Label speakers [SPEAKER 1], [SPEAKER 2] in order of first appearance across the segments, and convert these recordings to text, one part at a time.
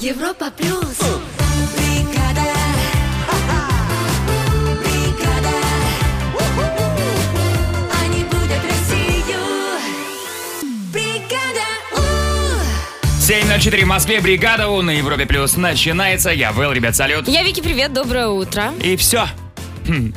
[SPEAKER 1] Европа плюс. Бригада. Бригада. Они будят Россию. Бригада. У.
[SPEAKER 2] 7.04 в Москве, бригада У на Европе Плюс начинается. Я Вэл, ребят, салют.
[SPEAKER 3] Я Вики, привет, доброе утро.
[SPEAKER 2] И все.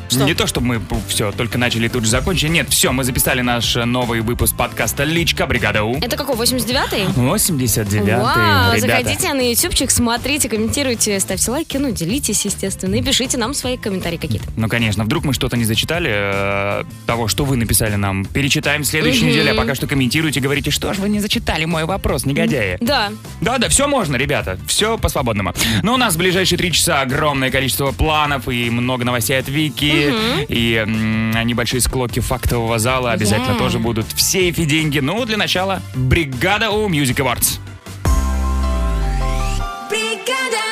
[SPEAKER 3] Что?
[SPEAKER 2] Не то, чтобы мы все только начали и тут же закончили. Нет, все, мы записали наш э, новый выпуск подкаста «Личка. Бригада У».
[SPEAKER 3] Это какой, 89-й?
[SPEAKER 2] 89
[SPEAKER 3] Вау,
[SPEAKER 2] ребята.
[SPEAKER 3] заходите на ютубчик, смотрите, комментируйте, ставьте лайки, ну, делитесь, естественно, и пишите нам свои комментарии какие-то.
[SPEAKER 2] Ну, конечно, вдруг мы что-то не зачитали э, того, что вы написали нам. Перечитаем в следующей неделе, а пока что комментируйте, говорите, что ж вы не зачитали мой вопрос, негодяи.
[SPEAKER 3] Да,
[SPEAKER 2] Да, да, все можно, ребята. Все по-свободному. Но у нас в ближайшие три часа огромное количество планов и много новостей от Вики. И м, небольшие склоки фактового зала обязательно
[SPEAKER 3] Да.
[SPEAKER 2] тоже будут. В сейфе деньги. Ну, для начала, бригада у Music Awards.
[SPEAKER 1] Бригада.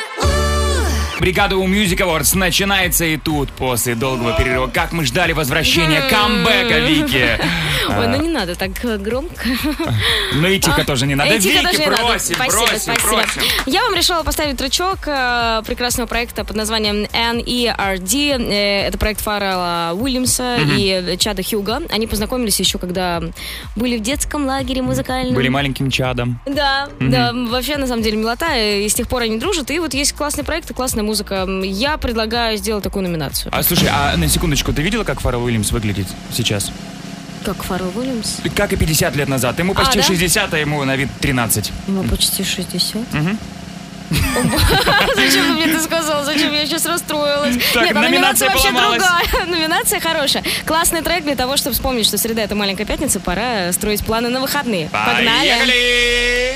[SPEAKER 1] У.
[SPEAKER 2] Бригада у Music Awards начинается и тут, после долгого перерыва. Как мы ждали возвращения камбэка Вики. А.
[SPEAKER 3] ой, ну не надо так э, громко.
[SPEAKER 2] Ну и тихо тоже не надо.
[SPEAKER 3] Эй, э, тихо, даже
[SPEAKER 2] Вики,
[SPEAKER 3] не надо.
[SPEAKER 2] бросим,
[SPEAKER 3] Спасибо,
[SPEAKER 2] бросим,
[SPEAKER 3] спасибо.
[SPEAKER 2] бросим.
[SPEAKER 3] Я вам решила поставить трючок э, прекрасного проекта под названием N.E.R.D. Э, Это проект Фаррелла Уильямса и Чада Хьюга. Они познакомились еще, когда были в детском лагере музыкальном.
[SPEAKER 2] Были маленьким чадом.
[SPEAKER 3] Да, да, вообще на самом деле милота, э, и с тех пор они дружат, и вот есть классный проект и классная музыка. Я предлагаю сделать такую номинацию.
[SPEAKER 2] А слушай, а на секундочку, ты видела, как Фаррелл Уильямс выглядит сейчас?
[SPEAKER 3] Как Фаррелл Уильямс?
[SPEAKER 2] Как и 50 лет назад. Ему почти
[SPEAKER 3] да?
[SPEAKER 2] 60, а ему на вид 13.
[SPEAKER 3] Ему почти 60. Зачем ты мне это сказал? Зачем я сейчас расстроилась?
[SPEAKER 2] Так,
[SPEAKER 3] Нет, а
[SPEAKER 2] номинация
[SPEAKER 3] номинация вообще
[SPEAKER 2] поломалась.
[SPEAKER 3] другая. Номинация хорошая. Классный трек для того, чтобы вспомнить, что среда это маленькая пятница, пора строить планы на выходные. Погнали!
[SPEAKER 2] Поехали!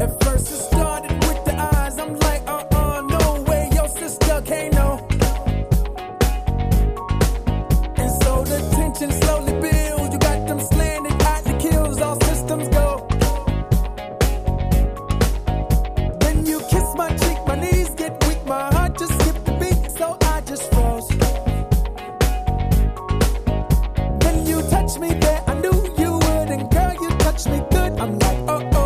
[SPEAKER 4] At first it started with the eyes. I'm like, uh-uh, no way, your sister can't know. And so the tension slowly builds. You got them slanted, out the kills, all systems go. Then you kiss my cheek, my knees get weak, my heart just skipped a beat, so I just froze. When you touch me there, I knew you would, and girl, you touch me good. I'm like, uh-oh.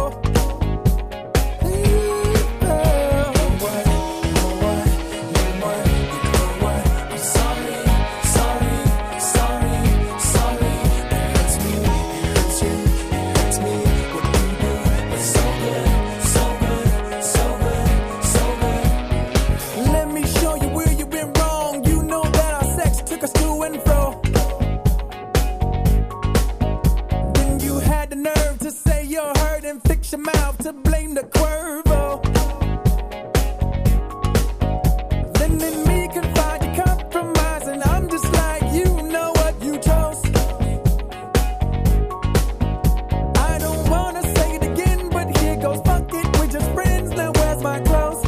[SPEAKER 4] Let me show you where you've been wrong. You know that our sex took us to and fro. Then you had the nerve to say you're hurt and fix your mouth to blame the Quervo. Then in me confide your compromise, and I'm just like, you know what you chose. I don't wanna say it again, but here goes fuck it, we're just friends. Now where's my clothes?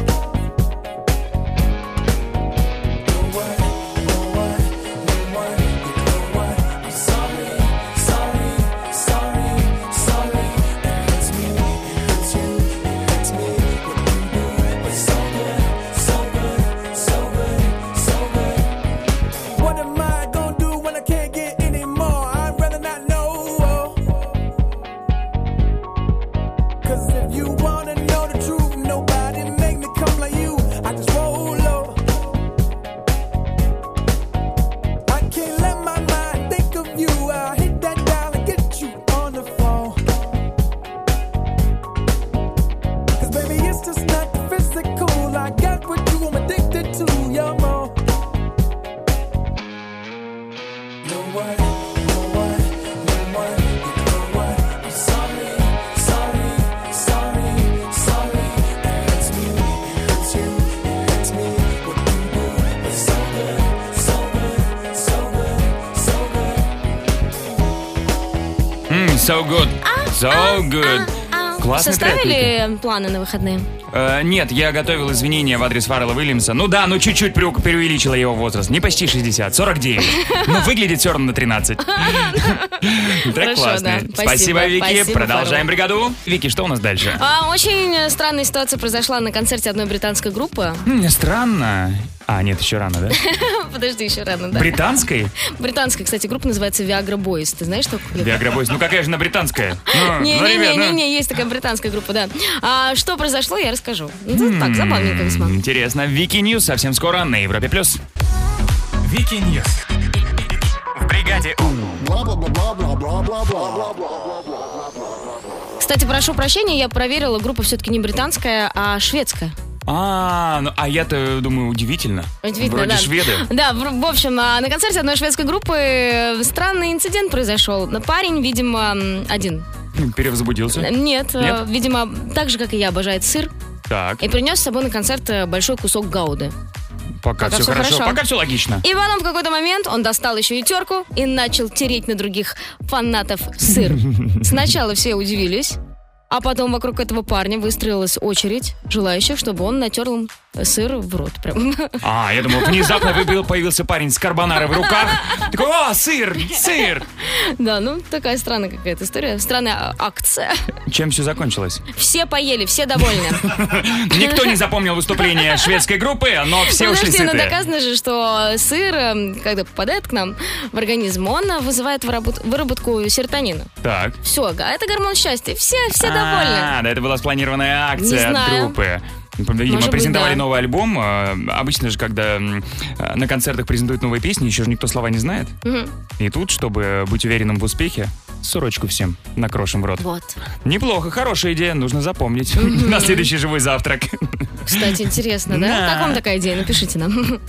[SPEAKER 4] What am I gonna do when I can't get any more? I'd rather not know. Cause if you wanna know the truth, nobody make me come like you. I just roll over. I can't let my mind think of you. I hit that dial and get you on the phone. Cause baby, it's just not physical. I got what you, I'm addicted to your mom. No way, no way, no way, no way. I'm sorry, sorry, sorry, sorry. It hurts me, it hurts you, it hurts me. What you do, but so good, so good, so good, so good.
[SPEAKER 2] М,
[SPEAKER 3] А,
[SPEAKER 2] so good. So good. Классный трек, Вика.
[SPEAKER 3] Составили планы на выходные?
[SPEAKER 2] Э, нет, я готовил извинения в адрес Фаррелла Уильямса. Ну да, ну чуть-чуть прю- преувеличила его возраст. Не почти 60, 49. Но выглядит все равно на 13. Трек
[SPEAKER 3] Хорошо,
[SPEAKER 2] классный.
[SPEAKER 3] да. Спасибо,
[SPEAKER 2] Спасибо, Вики.
[SPEAKER 3] спасибо,
[SPEAKER 2] Продолжаем
[SPEAKER 3] Фаррелл.
[SPEAKER 2] бригаду. Вики, что у нас дальше?
[SPEAKER 3] А, очень э, странная ситуация произошла на концерте одной британской группы.
[SPEAKER 2] М, Странно. А, нет, еще рано, да?
[SPEAKER 3] Подожди, еще рано, да.
[SPEAKER 2] Британской?
[SPEAKER 3] Британская, кстати, группа называется Viagra Boys. Ты знаешь такую?
[SPEAKER 2] Viagra Boys. Ну какая же она британская? Ну, ну, ребят, ну.
[SPEAKER 3] Не-не-не, есть такая британская группа, да. А, что произошло, я расскажу. Ну, это
[SPEAKER 2] М-м.
[SPEAKER 3] так, забавненько весьма.
[SPEAKER 2] М, Интересно. Вики Ньюс совсем скоро на Европе+. плюс.
[SPEAKER 5] Вики Ньюс. В бригаде У.
[SPEAKER 3] Кстати, прошу прощения, я проверила, группа все-таки не британская, а шведская.
[SPEAKER 2] А, ну, а я-то думаю, удивительно.
[SPEAKER 3] Удивительно,
[SPEAKER 2] Вроде
[SPEAKER 3] да.
[SPEAKER 2] шведы.
[SPEAKER 3] Да, в, в общем, а, на концерте одной шведской группы э, странный инцидент произошел. Парень, видимо, м, один.
[SPEAKER 2] Перевозбудился.
[SPEAKER 3] Нет, э,
[SPEAKER 2] Нет?
[SPEAKER 3] видимо, так же, как и я, обожает сыр.
[SPEAKER 2] Так,
[SPEAKER 3] И принес с собой на концерт э, большой кусок гауды.
[SPEAKER 2] пока, все,
[SPEAKER 3] всё
[SPEAKER 2] хорошо.
[SPEAKER 3] хорошо.
[SPEAKER 2] Пока все логично.
[SPEAKER 3] И потом в какой-то момент он достал еще и терку и начал тереть на других фанатов сыр. Сначала все удивились, а потом вокруг этого парня выстроилась очередь желающих, чтобы он натер им сыр в рот. Прям.
[SPEAKER 2] А, я думал, внезапно выбил- появился парень с карбонарой в руках. Такой, о, сыр, сыр.
[SPEAKER 3] Да, ну такая странная какая-то история, странная а, акция.
[SPEAKER 2] Чем все закончилось?
[SPEAKER 3] Все поели, все довольны.
[SPEAKER 2] Никто не запомнил выступление шведской группы, но все ушли
[SPEAKER 3] Подожди, ну но
[SPEAKER 2] сытые.
[SPEAKER 3] доказано же, что сыр, э, когда попадает к нам в организм, он э, вызывает выработ- выработку серотонина.
[SPEAKER 2] Так.
[SPEAKER 3] Все, а это гормон счастья. Все, все довольны.
[SPEAKER 2] А, да, это была спланированная
[SPEAKER 3] Не
[SPEAKER 2] акция от
[SPEAKER 3] знаю.
[SPEAKER 2] группы. Видимо,
[SPEAKER 3] Может быть,
[SPEAKER 2] презентовали
[SPEAKER 3] да.
[SPEAKER 2] новый альбом. А, Обычно же, когда м, а, на концертах презентуют новые песни, еще же никто слова не знает. И тут, чтобы быть уверенным в успехе, сорочку всем накрошим в рот.
[SPEAKER 3] Вот.
[SPEAKER 2] Неплохо, хорошая идея, нужно запомнить. На следующий живой завтрак.
[SPEAKER 3] Кстати, интересно, да?
[SPEAKER 2] Да.
[SPEAKER 3] Как вам такая идея? Напишите нам.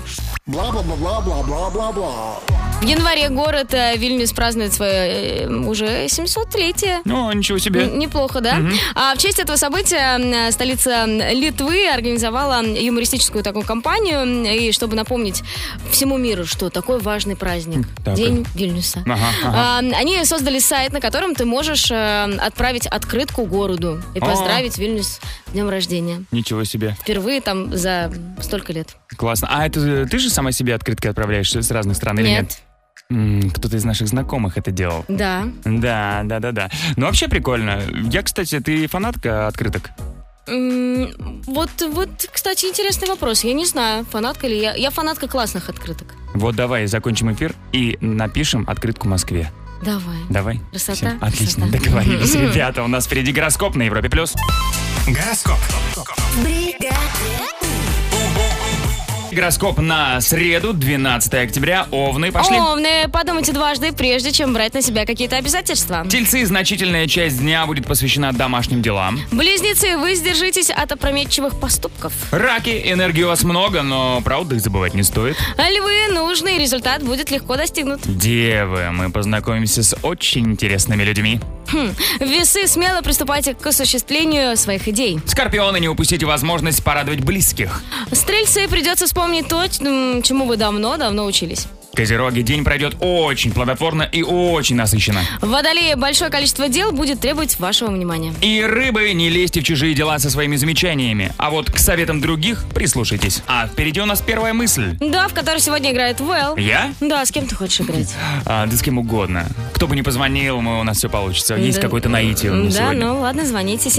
[SPEAKER 4] Бла-бла-бла-бла-бла-бла-бла.
[SPEAKER 3] В январе город э, Вильнюс празднует свое э, уже 703-е.
[SPEAKER 2] Ну, ничего себе.
[SPEAKER 3] Н- Неплохо, да? А в честь этого события э, столица Литвы организовала юмористическую такую кампанию. И чтобы напомнить всему миру, что такой важный праздник.
[SPEAKER 2] Так.
[SPEAKER 3] День Вильнюса.
[SPEAKER 2] Ага, ага.
[SPEAKER 3] А, Они создали сайт, на котором ты можешь э, отправить открытку городу и
[SPEAKER 2] О.
[SPEAKER 3] поздравить Вильнюс с днем рождения.
[SPEAKER 2] Ничего себе.
[SPEAKER 3] Впервые там за столько лет.
[SPEAKER 2] Классно. А это э, ты же сама себе открытки отправляешь с разных стран или нет? М, Кто-то из наших знакомых это делал.
[SPEAKER 3] Да.
[SPEAKER 2] Да, да, да, да. Ну, вообще прикольно. Я, кстати, ты фанатка открыток?
[SPEAKER 3] М, Вот, вот, кстати, интересный вопрос. Я не знаю, фанатка ли я. Я фанатка классных открыток.
[SPEAKER 2] Вот давай закончим эфир и напишем открытку Москве.
[SPEAKER 3] Давай.
[SPEAKER 2] Давай.
[SPEAKER 3] Красота,
[SPEAKER 2] Всё, Отлично,
[SPEAKER 3] красота.
[SPEAKER 2] договорились, ребята. У нас впереди гороскоп на Европе+. плюс.
[SPEAKER 5] Гороскоп.
[SPEAKER 2] Гороскоп на среду, 12 октября. Овны, пошли.
[SPEAKER 3] Овны, подумайте дважды, прежде чем брать на себя какие-то обязательства.
[SPEAKER 2] Тельцы, значительная часть дня будет посвящена домашним делам.
[SPEAKER 3] Близнецы, вы сдержитесь от опрометчивых поступков.
[SPEAKER 2] Раки, энергии у вас много, но про отдых забывать не стоит.
[SPEAKER 3] А Львы, нужный результат будет легко достигнут.
[SPEAKER 2] Девы, мы познакомимся с очень интересными людьми.
[SPEAKER 3] Весы, смело приступайте к осуществлению своих идей.
[SPEAKER 2] Скорпионы, не упустите возможность порадовать близких.
[SPEAKER 3] Стрельцы, придется вспомнить то, ч- м, чему вы давно-давно учились.
[SPEAKER 2] Козероги, день пройдет очень плодотворно и очень насыщенно.
[SPEAKER 3] Водолеи, большое количество дел будет требовать вашего внимания.
[SPEAKER 2] И рыбы, не лезьте в чужие дела со своими замечаниями, а вот к советам других прислушайтесь. А впереди у нас первая мысль.
[SPEAKER 3] Да, в которой сегодня играет Вэл.
[SPEAKER 2] Я?
[SPEAKER 3] Да, с кем ты хочешь играть?
[SPEAKER 2] А, да с кем угодно. Кто бы ни позвонил, мы, у нас все получится. Есть
[SPEAKER 3] Да.
[SPEAKER 2] какое-то наитие у меня
[SPEAKER 3] Да,
[SPEAKER 2] сегодня.
[SPEAKER 3] ну ладно, звоните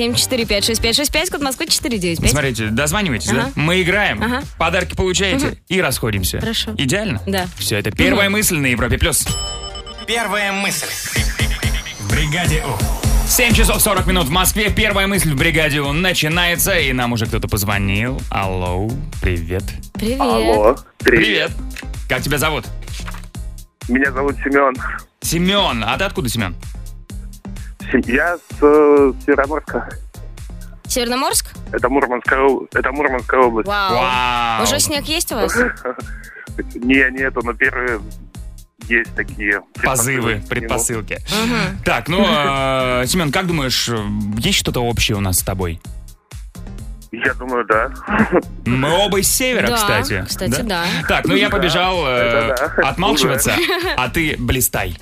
[SPEAKER 3] 7456565, код Москвы 495.
[SPEAKER 2] Смотрите, дозванивайтесь,
[SPEAKER 3] Ага.
[SPEAKER 2] да? Мы играем,
[SPEAKER 3] Ага.
[SPEAKER 2] подарки получаете и расходимся.
[SPEAKER 3] Хорошо.
[SPEAKER 2] Идеально?
[SPEAKER 3] Да.
[SPEAKER 2] Все, это первая мысль на Европе+. плюс.
[SPEAKER 5] Первая мысль. В бригаде У.
[SPEAKER 2] 7 часов 40 минут в Москве. Первая мысль в бригаде У начинается, и нам уже кто-то позвонил. Алло, привет.
[SPEAKER 3] Привет.
[SPEAKER 6] Алло, привет.
[SPEAKER 2] Привет. Как тебя зовут?
[SPEAKER 6] Меня зовут Семен.
[SPEAKER 2] Семен. А ты откуда, Семен?
[SPEAKER 6] Сем- Я с э, Североморска.
[SPEAKER 3] Северноморск?
[SPEAKER 6] Это Мурманская, о- это Мурманская область.
[SPEAKER 3] Вау.
[SPEAKER 2] Вау.
[SPEAKER 3] Уже снег есть у вас?
[SPEAKER 6] Не, нету, но первые есть такие.
[SPEAKER 2] Позывы, предпосылки.
[SPEAKER 6] предпосылки.
[SPEAKER 2] э, Так, ну, Семен, как думаешь, э, есть что-то общее у нас с тобой?
[SPEAKER 6] Я думаю, да.
[SPEAKER 2] Мы оба из севера,
[SPEAKER 3] Да,
[SPEAKER 2] кстати.
[SPEAKER 3] кстати, да.
[SPEAKER 2] Так, ну я побежал э,
[SPEAKER 6] это да.
[SPEAKER 2] отмалчиваться, а ты блистай.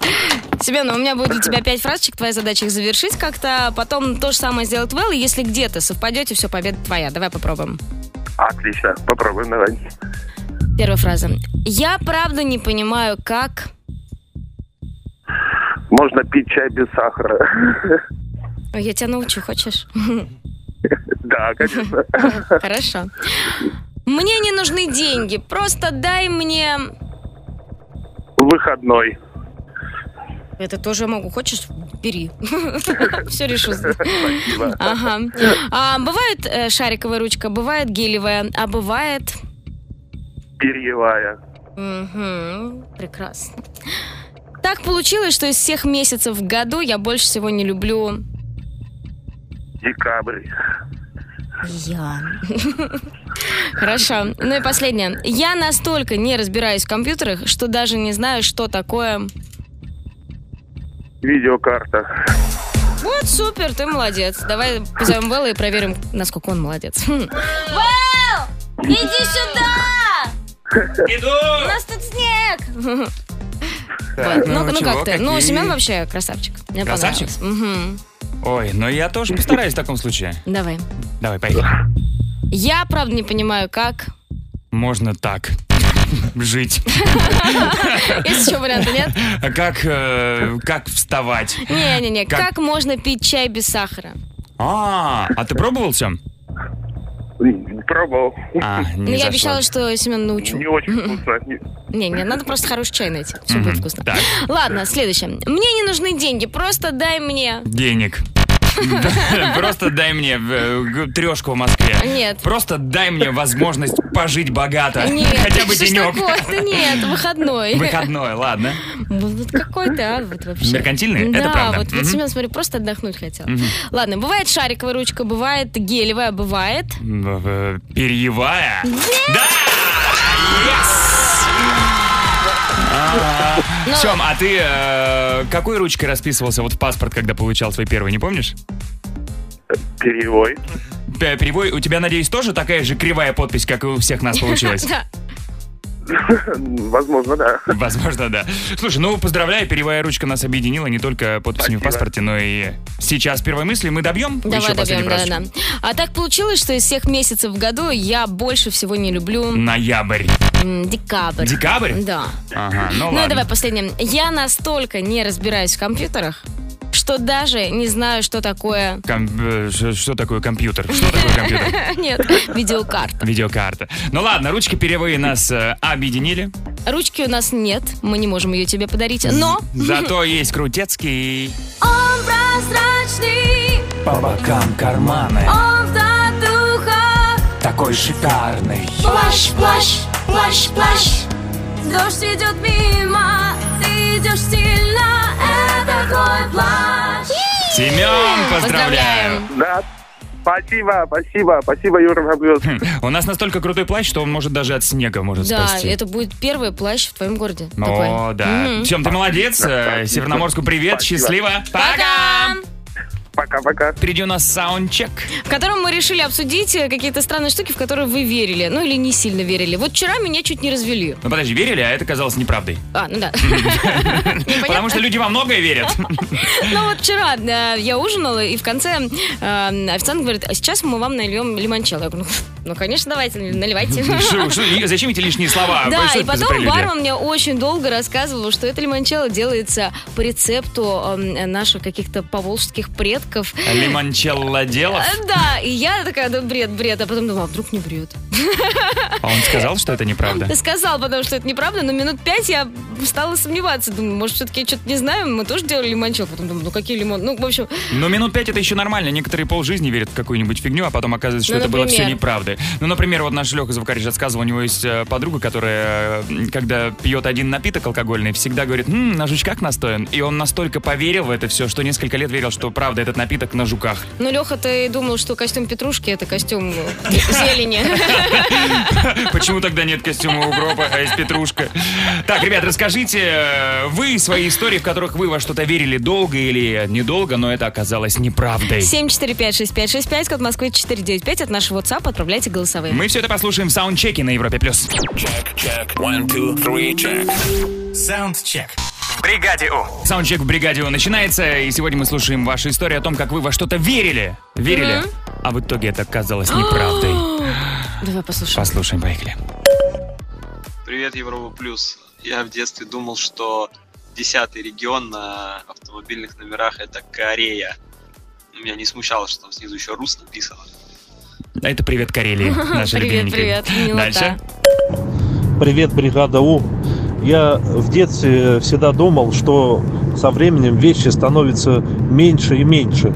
[SPEAKER 3] Семен, ну у меня будет для тебя пять фразочек, твоя задача их завершить как-то. а Потом то же самое сделает Вэл, и если где-то совпадете, все, победа твоя. Давай попробуем.
[SPEAKER 6] Отлично, попробуем, давай.
[SPEAKER 3] Первая фраза. Я правда не понимаю, как...
[SPEAKER 6] Можно пить чай без сахара.
[SPEAKER 3] Ой, я тебя научу, хочешь?
[SPEAKER 6] Да, конечно.
[SPEAKER 3] Хорошо. Мне не нужны деньги, просто дай мне...
[SPEAKER 6] Выходной.
[SPEAKER 3] Это тоже я могу. Хочешь, бери. Все решу. Ага. А, бывает э, шариковая ручка, бывает гелевая, а бывает...
[SPEAKER 6] Перьевая.
[SPEAKER 3] Мгм, прекрасно. Так получилось, что из всех месяцев в году я больше всего не люблю
[SPEAKER 6] Декабрь.
[SPEAKER 3] я. Хорошо. Ну и последнее. Я настолько не разбираюсь в компьютерах, что даже не знаю, что такое.
[SPEAKER 6] Видеокарта.
[SPEAKER 3] Вот супер, ты молодец. Давай позовем Вэлла и проверим, насколько он молодец. Хм. Вэлл! Иди сюда! У
[SPEAKER 2] Иду!
[SPEAKER 3] нас тут снег! Вот. Ну, ну
[SPEAKER 2] чего,
[SPEAKER 3] как ты? Ну,
[SPEAKER 2] какие?
[SPEAKER 3] Семен вообще красавчик. Мне
[SPEAKER 2] Красавчик?
[SPEAKER 3] понравилось. Мгм.
[SPEAKER 2] Ой, ну я тоже постараюсь в таком случае.
[SPEAKER 3] Давай.
[SPEAKER 2] Давай, поехали.
[SPEAKER 3] Я, правда, не понимаю, как.
[SPEAKER 2] Можно так жить.
[SPEAKER 3] Есть еще варианты, нет?
[SPEAKER 2] А Как, э, как вставать?
[SPEAKER 3] Не-не-не,
[SPEAKER 2] Как?
[SPEAKER 3] как можно пить чай без сахара?
[SPEAKER 2] А, а ты пробовал Сем?
[SPEAKER 6] Пробовал.
[SPEAKER 2] А, не
[SPEAKER 3] Ну, я
[SPEAKER 2] зашло.
[SPEAKER 3] обещала, что Семен научу.
[SPEAKER 6] Не очень вкусно. Не- э,
[SPEAKER 3] Не-не, надо просто хороший чай найти. Все будет вкусно.
[SPEAKER 2] Так.
[SPEAKER 3] Ладно, следующее. Мне не нужны деньги, просто дай мне.
[SPEAKER 2] Денег. Просто дай мне э, г- трешку в Москве.
[SPEAKER 3] Нет.
[SPEAKER 2] Просто дай мне возможность пожить богато.
[SPEAKER 3] Нет,
[SPEAKER 2] Хотя бы
[SPEAKER 3] что ж
[SPEAKER 2] денек.
[SPEAKER 3] такое-то? Нет, выходной.
[SPEAKER 2] Выходной, ладно.
[SPEAKER 3] Ну, Вот какой ты ад вот вообще.
[SPEAKER 2] Меркантильный? Это
[SPEAKER 3] Да,
[SPEAKER 2] правда.
[SPEAKER 3] вот, вот
[SPEAKER 2] Мгм.
[SPEAKER 3] Семен, смотри, просто отдохнуть хотел. Ладно, бывает шариковая ручка, бывает гелевая, бывает...
[SPEAKER 2] М, э, Перьевая. Да! Yes! А,
[SPEAKER 3] Ну.
[SPEAKER 2] Сем, а ты э, какой ручкой расписывался вот в паспорт, когда получал свой первый, не помнишь?
[SPEAKER 6] Перьевой.
[SPEAKER 2] П- Перевой, у тебя, надеюсь, тоже такая же кривая подпись, как и у всех нас получилась?
[SPEAKER 3] Да.
[SPEAKER 6] Возможно, да.
[SPEAKER 2] Возможно, да. Слушай, ну поздравляю, перьевая ручка нас объединила не только подписями в
[SPEAKER 6] Спасибо.
[SPEAKER 2] паспорте, но и сейчас первой мысли мы добьем еще
[SPEAKER 3] Давай
[SPEAKER 2] последний
[SPEAKER 3] добьем, да,
[SPEAKER 2] фразочку?
[SPEAKER 3] да. А так получилось, что из всех месяцев в году я больше всего не люблю
[SPEAKER 2] Ноябрь.
[SPEAKER 3] м, декабрь.
[SPEAKER 2] Декабрь?
[SPEAKER 3] Да.
[SPEAKER 2] Ага, ну,
[SPEAKER 3] Ну и
[SPEAKER 2] ладно.
[SPEAKER 3] давай последнее. Я настолько не разбираюсь в компьютерах, что даже не знаю, что такое...
[SPEAKER 2] Ком- э, ш- что такое компьютер? Что такое компьютер?
[SPEAKER 3] Нет, видеокарта.
[SPEAKER 2] Видеокарта. Ну ладно, ручки перьевые нас э, объединили.
[SPEAKER 3] Ручки у нас нет, мы не можем ее тебе подарить, но...
[SPEAKER 2] Зато есть Крутецкий.
[SPEAKER 1] Он прозрачный,
[SPEAKER 5] По бокам карманы
[SPEAKER 1] он в татухах
[SPEAKER 5] такой шикарный.
[SPEAKER 1] Плащ, плащ, плащ, плащ Дождь идет мимо, ты идешь сильно Это твой плащ
[SPEAKER 2] Семен, поздравляю!
[SPEAKER 6] Да. Спасибо, спасибо, спасибо, Юра Мобьёс.
[SPEAKER 2] У нас настолько крутой плащ, что он может даже от снега может
[SPEAKER 3] Да,
[SPEAKER 2] спасти.
[SPEAKER 3] это будет первый плащ в твоем городе.
[SPEAKER 2] О,
[SPEAKER 3] такой.
[SPEAKER 2] да.
[SPEAKER 3] Мгм.
[SPEAKER 2] Сем, ты молодец. Э,
[SPEAKER 6] Спасибо.
[SPEAKER 2] Северноморску привет.
[SPEAKER 6] Спасибо.
[SPEAKER 2] Счастливо.
[SPEAKER 3] Пока!
[SPEAKER 6] Пока-пока.
[SPEAKER 2] Впереди у нас саундчек.
[SPEAKER 3] В котором мы решили обсудить э, какие-то странные штуки, в которые вы верили. Ну или не сильно верили. Вот вчера меня чуть не развели.
[SPEAKER 2] Ну подожди, верили, а это казалось неправдой.
[SPEAKER 3] А, ну да.
[SPEAKER 2] Потому что люди во многое верят.
[SPEAKER 3] Ну вот вчера э, я ужинала, и в конце э, официант говорит, а сейчас мы вам нальем лимончелло. Я говорю, «Ну, ну конечно, давайте, наливайте.
[SPEAKER 2] Шу- шу- и Зачем эти лишние слова?
[SPEAKER 3] Да,
[SPEAKER 2] а Что
[SPEAKER 3] и
[SPEAKER 2] это за
[SPEAKER 3] потом
[SPEAKER 2] прелюдия?
[SPEAKER 3] бармен мне очень долго рассказывал, что это лимончелло делается по рецепту э, наших каких-то поволжских предков.
[SPEAKER 2] Лимончелло делов.
[SPEAKER 3] Э, Да, и я такая, ну бред, бред, а потом думала, а вдруг не бред.
[SPEAKER 2] А он сказал, что это неправда.
[SPEAKER 3] Ты сказал, потому что это неправда, но минут пять я стала сомневаться. Думаю, может, все-таки я что-то не знаю. Мы тоже делали лимончелло. Потом думаю, ну какие лимон? Ну, в общем,
[SPEAKER 2] Но минут пять это еще нормально. Некоторые полжизни верят в какую-нибудь фигню, а потом оказывается, что
[SPEAKER 3] Ну,
[SPEAKER 2] это было все
[SPEAKER 3] например.
[SPEAKER 2] неправда. Ну, например, вот наш Леха Звукарич рассказывал, у него есть э, подруга, которая, э, когда пьет один напиток алкогольный, всегда говорит, «М, на жучках настоян. И он настолько поверил в это все, что несколько лет верил, что правда этот напиток на жуках.
[SPEAKER 3] ну, Леха, ты думал, что костюм Петрушки это костюм зелени.
[SPEAKER 2] Почему тогда нет костюма у Гроба, а есть Петрушка? Так, ребят, расскажите, э, вы свои истории, в которых вы во что-то верили долго или недолго, но это оказалось неправдой.
[SPEAKER 3] 7456565, код Москвы 495. От нашего WhatsApp отправляйте голосовые.
[SPEAKER 2] Мы все это послушаем в саундчеке на Европе+. плюс.
[SPEAKER 7] Саундчек.
[SPEAKER 2] Саундчек в бригаде «У» начинается, и сегодня мы слушаем вашу историю о том, как вы во что-то верили. Верили. А в итоге это оказалось неправдой.
[SPEAKER 3] Давай послушаем.
[SPEAKER 2] Послушаем, поехали.
[SPEAKER 8] Привет, Европа Плюс. Я в детстве думал, что десятый регион на автомобильных номерах это Корея. Меня не смущало, что там снизу еще Рус написано.
[SPEAKER 2] А Это «Привет, Карелии», наши
[SPEAKER 3] Привет,
[SPEAKER 2] любименькие.
[SPEAKER 3] привет, милота.
[SPEAKER 2] Дальше.
[SPEAKER 9] Привет, бригада У. Я в детстве всегда думал, что со временем вещи становятся меньше и меньше.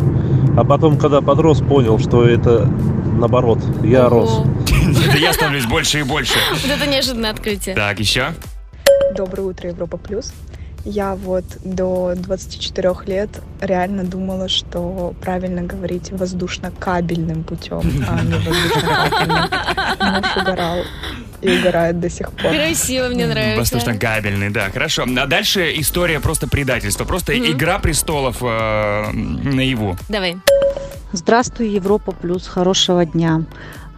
[SPEAKER 9] А потом, когда подрос, понял, что это наоборот. Я рос.
[SPEAKER 3] О,
[SPEAKER 2] Это я становлюсь больше и больше.
[SPEAKER 3] Вот это неожиданное открытие.
[SPEAKER 2] Так, еще.
[SPEAKER 10] Доброе утро, Европа Плюс. Я вот до 24 лет реально думала, что правильно говорить воздушно-кабельным путем, а не воздушно-кабельным. Муж угорал и угорает до сих пор.
[SPEAKER 3] Красиво, мне нравится.
[SPEAKER 2] Воздушно кабельный, да, хорошо. А дальше история просто предательства, просто игра престолов э, наяву.
[SPEAKER 3] Давай.
[SPEAKER 11] Здравствуй, Европа Плюс, хорошего дня.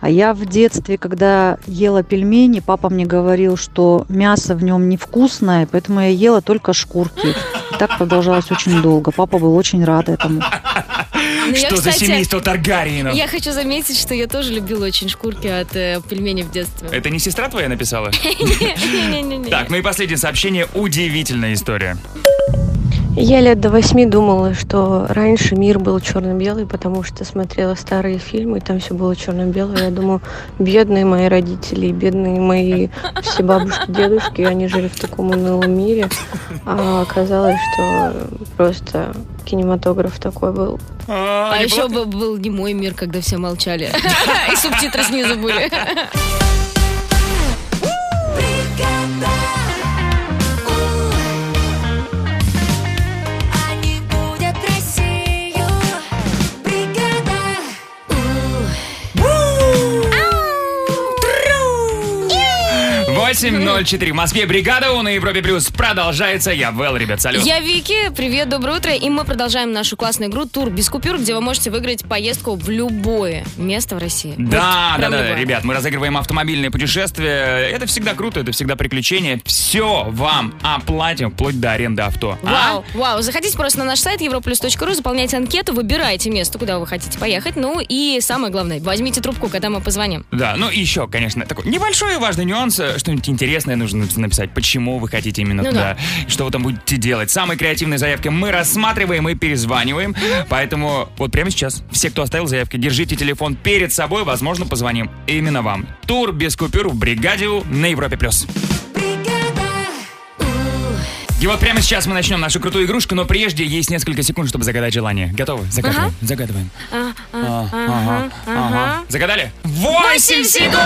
[SPEAKER 11] А я в детстве, когда ела пельмени, папа мне говорил, что мясо в нем невкусное, поэтому я ела только шкурки. И так продолжалось очень долго. Папа был очень рад этому.
[SPEAKER 3] Ну, я,
[SPEAKER 2] Что за
[SPEAKER 3] кстати,
[SPEAKER 2] семейство Таргариенов?
[SPEAKER 3] Я хочу заметить, что я тоже любила очень шкурки от э, пельменей в детстве.
[SPEAKER 2] Это не сестра твоя написала?
[SPEAKER 3] Не-не-не.
[SPEAKER 2] Так, ну и последнее сообщение. Удивительная история.
[SPEAKER 10] Я лет до восьми думала, что раньше мир был черно-белый, потому что смотрела старые фильмы, и там все было черно-белое. Я думаю, бедные мои родители, бедные мои все бабушки, дедушки, они жили в таком унылом мире. А оказалось, что просто кинематограф такой был.
[SPEAKER 3] А еще бы был не мой мир, когда все молчали. И субтитры снизу были.
[SPEAKER 1] Бригада У. Они будят Россию. Бригада У. Ау.
[SPEAKER 2] 8.04. В Москве бригада У на Европе Плюс продолжается. Я Вэл, ребят, салют.
[SPEAKER 3] Я Вики, привет, доброе утро. И мы продолжаем нашу классную игру «Тур без купюр», где вы можете выиграть поездку в любое место в России.
[SPEAKER 2] Да,
[SPEAKER 3] Вот
[SPEAKER 2] да,
[SPEAKER 3] прям
[SPEAKER 2] да,
[SPEAKER 3] любое.
[SPEAKER 2] ребят, мы разыгрываем автомобильные путешествия. Это всегда круто, это всегда приключение. Все вам оплатим, вплоть до аренды авто. А?
[SPEAKER 3] Вау, вау. Заходите просто на наш сайт europlus.ru, заполняйте анкету, выбирайте место, куда вы хотите поехать. Ну и самое главное, возьмите трубку, когда мы позвоним.
[SPEAKER 2] Да, ну и еще, конечно, такой небольшой и важный нюанс, э, что-нибудь интересное нужно напис- написать, почему вы хотите именно
[SPEAKER 3] Ну
[SPEAKER 2] туда, что вы там будете делать. Самые креативные заявки мы рассматриваем и перезваниваем, поэтому вот прямо сейчас все, кто оставил заявки, держите телефон перед собой, возможно, позвоним именно вам. Тур без купюр в бригаде У» на Европе+. плюс. И вот прямо сейчас мы начнем нашу крутую игрушку, но прежде есть несколько секунд, чтобы загадать желание. Готовы? Загадываем. Загадываем. А, ага, ага. Загадали? Восемь секунд!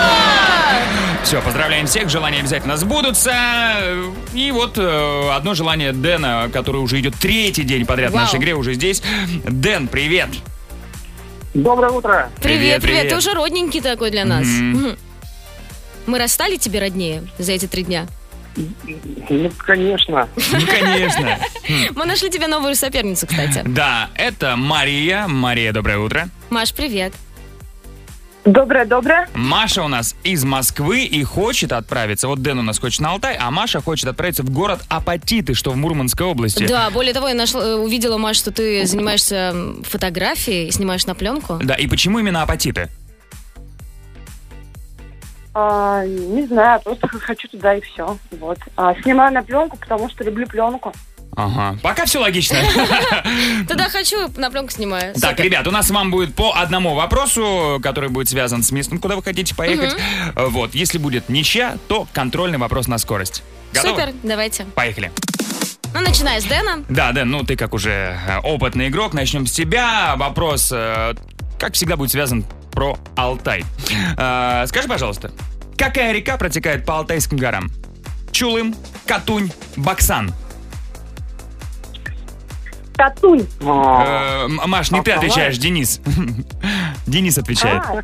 [SPEAKER 2] Все, поздравляем всех, желания обязательно сбудутся. И вот э, одно желание Дэна, который уже идет третий день подряд в
[SPEAKER 3] Вау.
[SPEAKER 2] нашей игре, уже здесь. Дэн, привет!
[SPEAKER 6] Доброе утро.
[SPEAKER 2] Привет,
[SPEAKER 3] Привет, привет.
[SPEAKER 2] привет.
[SPEAKER 3] Ты уже родненький такой для нас. Мгм. Мы расстали тебе роднее за эти три дня.
[SPEAKER 6] Ну, конечно.
[SPEAKER 2] Ну, конечно.
[SPEAKER 3] Мы нашли тебе новую соперницу, кстати.
[SPEAKER 2] Да, это Мария. Мария, доброе утро.
[SPEAKER 3] Маш, привет.
[SPEAKER 10] Доброе-доброе.
[SPEAKER 2] Маша у нас из Москвы и хочет отправиться. Вот Дэн у нас хочет на Алтай, а Маша хочет отправиться в город Апатиты, что в Мурманской области.
[SPEAKER 3] Да, более того, я нашла, э, увидела, Маш, что ты занимаешься м, фотографией и снимаешь на пленку.
[SPEAKER 2] Да, и почему именно Апатиты?
[SPEAKER 10] А, не знаю, просто хочу туда и все. Вот. А, снимаю на пленку, потому что люблю пленку.
[SPEAKER 2] Ага, пока все логично.
[SPEAKER 3] Тогда хочу, на пленку снимаю.
[SPEAKER 2] Так, ребят, у нас вам будет по одному вопросу, который будет связан с местом, куда вы хотите поехать. Э, Вот, если будет ничья, то контрольный вопрос на скорость. Готовы?
[SPEAKER 3] Супер, давайте.
[SPEAKER 2] Поехали.
[SPEAKER 3] Ну, начинай с Дэна.
[SPEAKER 2] Да, да, ну ты как уже э, опытный игрок, начнем с тебя. Вопрос, э, как всегда, будет связан про Алтай. Э, Скажи, пожалуйста, какая река протекает по Алтайским горам? Чулым, Катунь, Баксан.
[SPEAKER 10] Татунь.
[SPEAKER 2] А, Э, М- Маш, не ты отвечаешь, Денис. Денис отвечает.
[SPEAKER 12] А.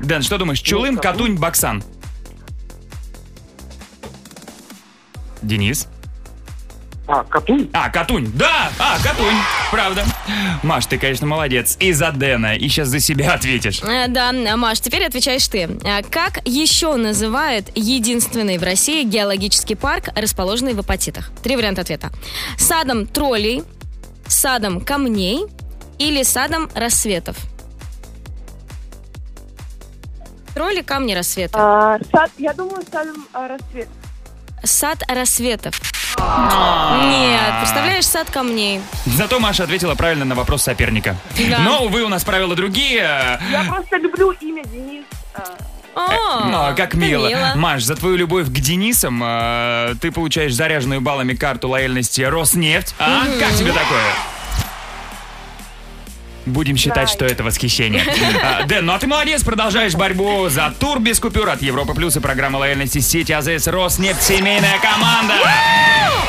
[SPEAKER 2] Дэн, что думаешь? Чулым, А. Катунь, Баксан. Денис? А, Катунь? А, Катунь, да! А, Катунь, правда. Маш, ты, конечно, молодец. И за Дэна, и сейчас за себя ответишь.
[SPEAKER 3] Э, Да, Маш, теперь отвечаешь ты. Э, Как еще называют единственный в России геологический парк, расположенный в Апатитах? Три варианта ответа. Садом троллей, садом камней или садом рассветов? Тролли, камни, рассветы.
[SPEAKER 12] А, сад, я думаю, садом а, рассвет.
[SPEAKER 3] Сад рассветов.
[SPEAKER 2] А.
[SPEAKER 3] Нет, представляешь, сад камней.
[SPEAKER 2] Зато Маша ответила правильно на вопрос соперника.
[SPEAKER 3] Да.
[SPEAKER 2] Но, увы, у нас правила другие.
[SPEAKER 12] Я просто люблю имя Денис. а.
[SPEAKER 2] Ну, а как
[SPEAKER 12] это
[SPEAKER 2] мило.
[SPEAKER 12] мило.
[SPEAKER 2] Маш, за твою любовь к Денисам э, ты получаешь заряженную баллами карту лояльности Роснефть. А?
[SPEAKER 13] Мгм.
[SPEAKER 2] Как тебе такое? Будем считать, что это восхищение. А, Дэн, ну а ты молодец, продолжаешь борьбу за тур без купюр от Европы Плюс и программа лояльности сети АЗС Роснефть «Семейная команда».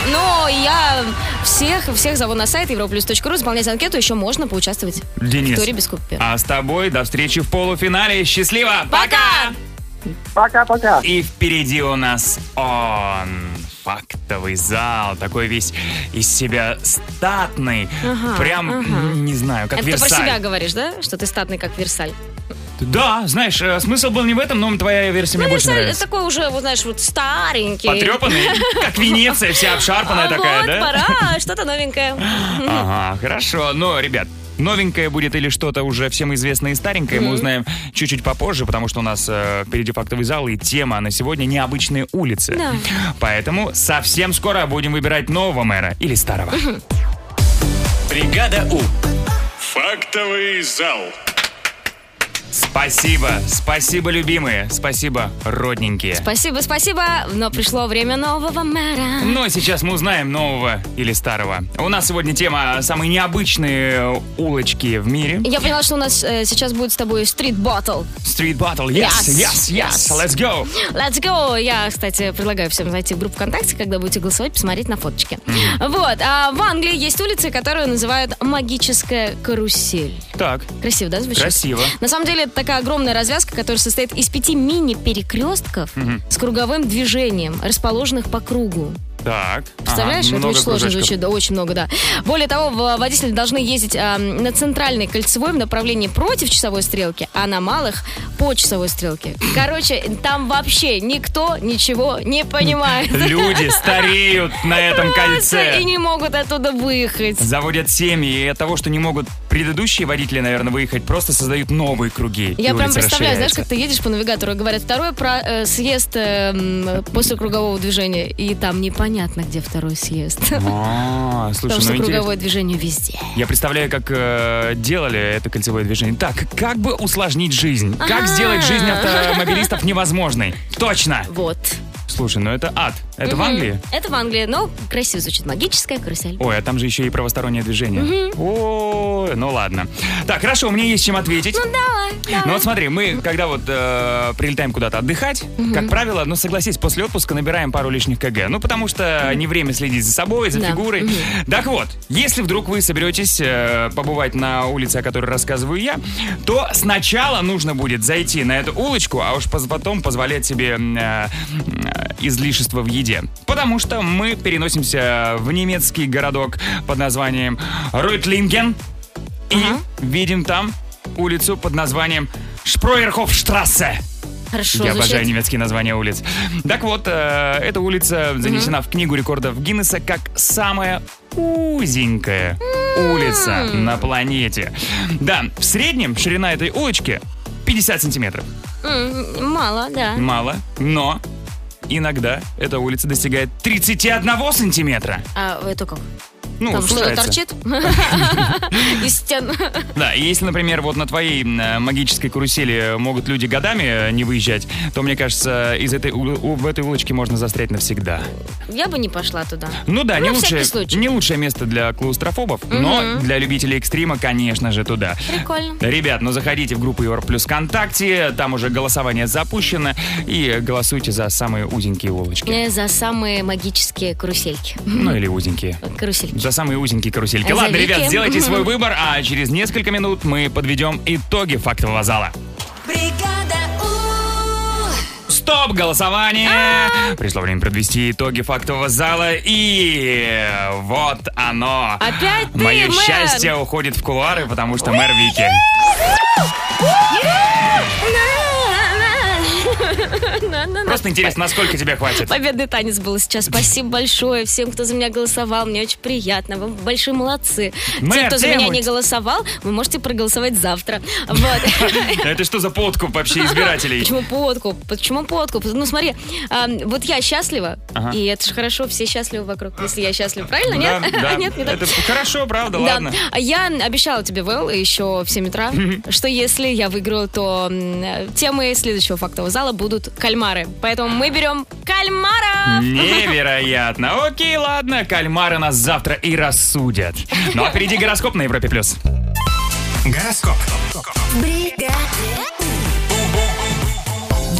[SPEAKER 3] Ну, я всех, всех зову на сайт europlus.ru, заполнять анкету, еще можно поучаствовать в
[SPEAKER 2] Денис,
[SPEAKER 3] туре без купюр.
[SPEAKER 2] а с тобой до встречи в полуфинале. Счастливо! Пока! Пока-пока! И впереди у нас он, фактовый зал, такой весь из себя статный.
[SPEAKER 3] Ага,
[SPEAKER 2] Прям,
[SPEAKER 3] ага.
[SPEAKER 2] м, не знаю, как
[SPEAKER 3] Это ты
[SPEAKER 2] Версаль.
[SPEAKER 3] про себя говоришь, да? Что ты статный, как Версаль.
[SPEAKER 2] Да, знаешь, э, смысл был не в этом, но твоя версия мне больше
[SPEAKER 3] Ну, Версаль
[SPEAKER 2] нравится.
[SPEAKER 3] такой уже, вот знаешь, вот старенький.
[SPEAKER 2] Потрепанный, как Венеция, вся обшарпанная
[SPEAKER 3] А
[SPEAKER 2] такая,
[SPEAKER 3] вот,
[SPEAKER 2] да?
[SPEAKER 3] пора, что-то новенькое.
[SPEAKER 2] Ага, хорошо. Но, ребят, новенькое будет или что-то уже всем известное и старенькое, мы
[SPEAKER 3] Мгм.
[SPEAKER 2] узнаем чуть-чуть попозже, потому что у нас э, впереди фактовый зал и тема на сегодня необычные улицы.
[SPEAKER 4] Да.
[SPEAKER 2] Поэтому совсем скоро будем выбирать нового мэра или старого. Бригада У.
[SPEAKER 14] Фактовый зал.
[SPEAKER 2] Спасибо, спасибо, любимые, спасибо, родненькие.
[SPEAKER 3] Спасибо, спасибо, но пришло время нового мэра.
[SPEAKER 2] Но сейчас мы узнаем нового или старого. У нас сегодня тема «Самые необычные улочки в мире».
[SPEAKER 3] Я поняла, что у нас э, сейчас будет с тобой стрит баттл.
[SPEAKER 2] Street Battle, yes, yes,
[SPEAKER 3] Yes,
[SPEAKER 2] yes, let's go!
[SPEAKER 3] Let's go! Я, кстати, предлагаю всем зайти в группу ВКонтакте, когда будете голосовать, посмотреть на фоточки. Вот, а в Англии есть улицы, которую называют «магическая карусель».
[SPEAKER 2] Так.
[SPEAKER 3] Красиво, да, звучит?
[SPEAKER 2] Красиво.
[SPEAKER 3] На самом деле, это такая огромная развязка, которая состоит из пяти мини-перекрестков с круговым движением, расположенных по кругу.
[SPEAKER 2] Так.
[SPEAKER 3] Представляешь,
[SPEAKER 2] Ага,
[SPEAKER 3] это
[SPEAKER 2] много
[SPEAKER 3] очень сложно
[SPEAKER 2] кружочков.
[SPEAKER 3] звучит, да, очень много, да. Более того, в- э, водители должны ездить а, на центральной кольцевой в направлении против часовой стрелки, а на малых по часовой стрелке. Короче, там вообще никто ничего не понимает.
[SPEAKER 2] Люди стареют на этом
[SPEAKER 3] Просто
[SPEAKER 2] кольце.
[SPEAKER 3] И не могут оттуда выехать.
[SPEAKER 2] Заводят семьи, и от того, что не могут предыдущие водители, наверное, выехать, просто создают новые круги. и
[SPEAKER 3] Я прям
[SPEAKER 2] улица
[SPEAKER 3] представляю, знаешь,
[SPEAKER 2] расширяется.
[SPEAKER 3] как ты едешь по навигатору и говорят, второй про- э, съезд э, м, после кругового движения, и там непонятно, где второй съезд.
[SPEAKER 2] А, слушай,
[SPEAKER 3] Потому что
[SPEAKER 2] ну
[SPEAKER 3] круговое
[SPEAKER 2] интересно.
[SPEAKER 3] движение везде.
[SPEAKER 2] Я представляю, как э, делали это кольцевое движение. Так, как бы усложнить жизнь? Как
[SPEAKER 3] А-а.
[SPEAKER 2] сделать жизнь автомобилистов невозможной? Точно!
[SPEAKER 3] Вот.
[SPEAKER 2] Слушай, ну это ад. Это в
[SPEAKER 3] Мгм.
[SPEAKER 2] Англии?
[SPEAKER 3] Это в Англии, но красиво звучит. Магическая карусель.
[SPEAKER 2] Ой, а там же еще и правостороннее движение. О, ну ладно. Так, хорошо, мне есть чем ответить.
[SPEAKER 3] Ну давай,
[SPEAKER 2] Ну
[SPEAKER 3] давай.
[SPEAKER 2] вот смотри, мы когда вот э, прилетаем куда-то отдыхать, как правило, ну согласись, после отпуска набираем пару лишних кг. Ну потому что не время следить за собой, за
[SPEAKER 13] Да.
[SPEAKER 2] фигурой.
[SPEAKER 13] Мгм.
[SPEAKER 2] Так вот, если вдруг вы соберетесь э, побывать на улице, о которой рассказываю я, то сначала нужно будет зайти на эту улочку, а уж поз- потом позволять себе м, э, м, э, излишества в еде. Потому что мы переносимся в немецкий городок под названием Ройтлинген и видим там улицу под названием Шпроерхофштрассе.
[SPEAKER 3] Хорошо
[SPEAKER 2] Я
[SPEAKER 3] звучит.
[SPEAKER 2] обожаю немецкие названия улиц. Так вот, э, эта улица занесена в Книгу рекордов Гиннесса как самая узенькая улица на планете. Да, в среднем ширина этой улочки 50 сантиметров.
[SPEAKER 3] М, Мало, да.
[SPEAKER 2] Мало, но иногда эта улица достигает 31 сантиметра.
[SPEAKER 3] А это как?
[SPEAKER 2] Ну,
[SPEAKER 3] Там что,
[SPEAKER 2] сужается.
[SPEAKER 3] торчит? Из стен.
[SPEAKER 2] Да, и если, например, вот на твоей м, э, магической карусели могут люди годами э, не выезжать, то, мне кажется, из этой, ул- у- в этой улочке можно застрять навсегда.
[SPEAKER 3] Я бы не пошла туда.
[SPEAKER 2] Ну да, не,
[SPEAKER 3] на всякий
[SPEAKER 2] лучшее,
[SPEAKER 3] случай.
[SPEAKER 2] не лучшее место для клаустрофобов, но
[SPEAKER 3] Мгм.
[SPEAKER 2] для любителей экстрима, конечно же, туда.
[SPEAKER 3] Прикольно.
[SPEAKER 2] Ребят, ну заходите в группу Европа Плюс ВКонтакте, там уже голосование запущено, и голосуйте за самые узенькие улочки.
[SPEAKER 3] Э, За самые магические карусельки.
[SPEAKER 2] Ну или узенькие.
[SPEAKER 3] Карусельки.
[SPEAKER 2] за самые узенькие карусельки.
[SPEAKER 3] За
[SPEAKER 2] Ладно,
[SPEAKER 3] Вики.
[SPEAKER 2] ребят, сделайте свой выбор, а через несколько минут мы подведем итоги фактового зала. Стоп голосование!
[SPEAKER 3] А.
[SPEAKER 2] Пришло время подвести итоги фактового зала, и вот оно.
[SPEAKER 3] Опять ты,
[SPEAKER 2] Мое
[SPEAKER 3] мэр!
[SPEAKER 2] счастье уходит в кулуары, потому что мэр Вики. Просто интересно, насколько тебе хватит.
[SPEAKER 3] Победный танец был сейчас. Спасибо большое всем, кто за меня голосовал. Мне очень приятно. Вы большие молодцы. Те,
[SPEAKER 2] Мэр,
[SPEAKER 3] кто за
[SPEAKER 2] где
[SPEAKER 3] меня
[SPEAKER 2] вот?
[SPEAKER 3] не голосовал, вы можете проголосовать завтра. Вот.
[SPEAKER 2] Да Это что за подкуп вообще избирателей?
[SPEAKER 3] Почему подкуп? Почему подкуп? Ну смотри, а, вот я счастлива,
[SPEAKER 2] Ага.
[SPEAKER 3] и это же хорошо, все счастливы вокруг, если я счастлива. Правильно,
[SPEAKER 2] Да,
[SPEAKER 3] ну нет? А
[SPEAKER 2] да.
[SPEAKER 3] Нет, не так.
[SPEAKER 2] Это хорошо, правда,
[SPEAKER 3] Да.
[SPEAKER 2] ладно.
[SPEAKER 3] А Я обещала тебе, Вэл, еще в 7 утра, что если я выиграю, то м, темы следующего фактового зала будут кальмары. Поэтому мы берем кальмара!
[SPEAKER 2] Невероятно. Окей, ладно, кальмары нас завтра и рассудят. Ну а впереди гороскоп на Европе+. плюс. Гороскоп.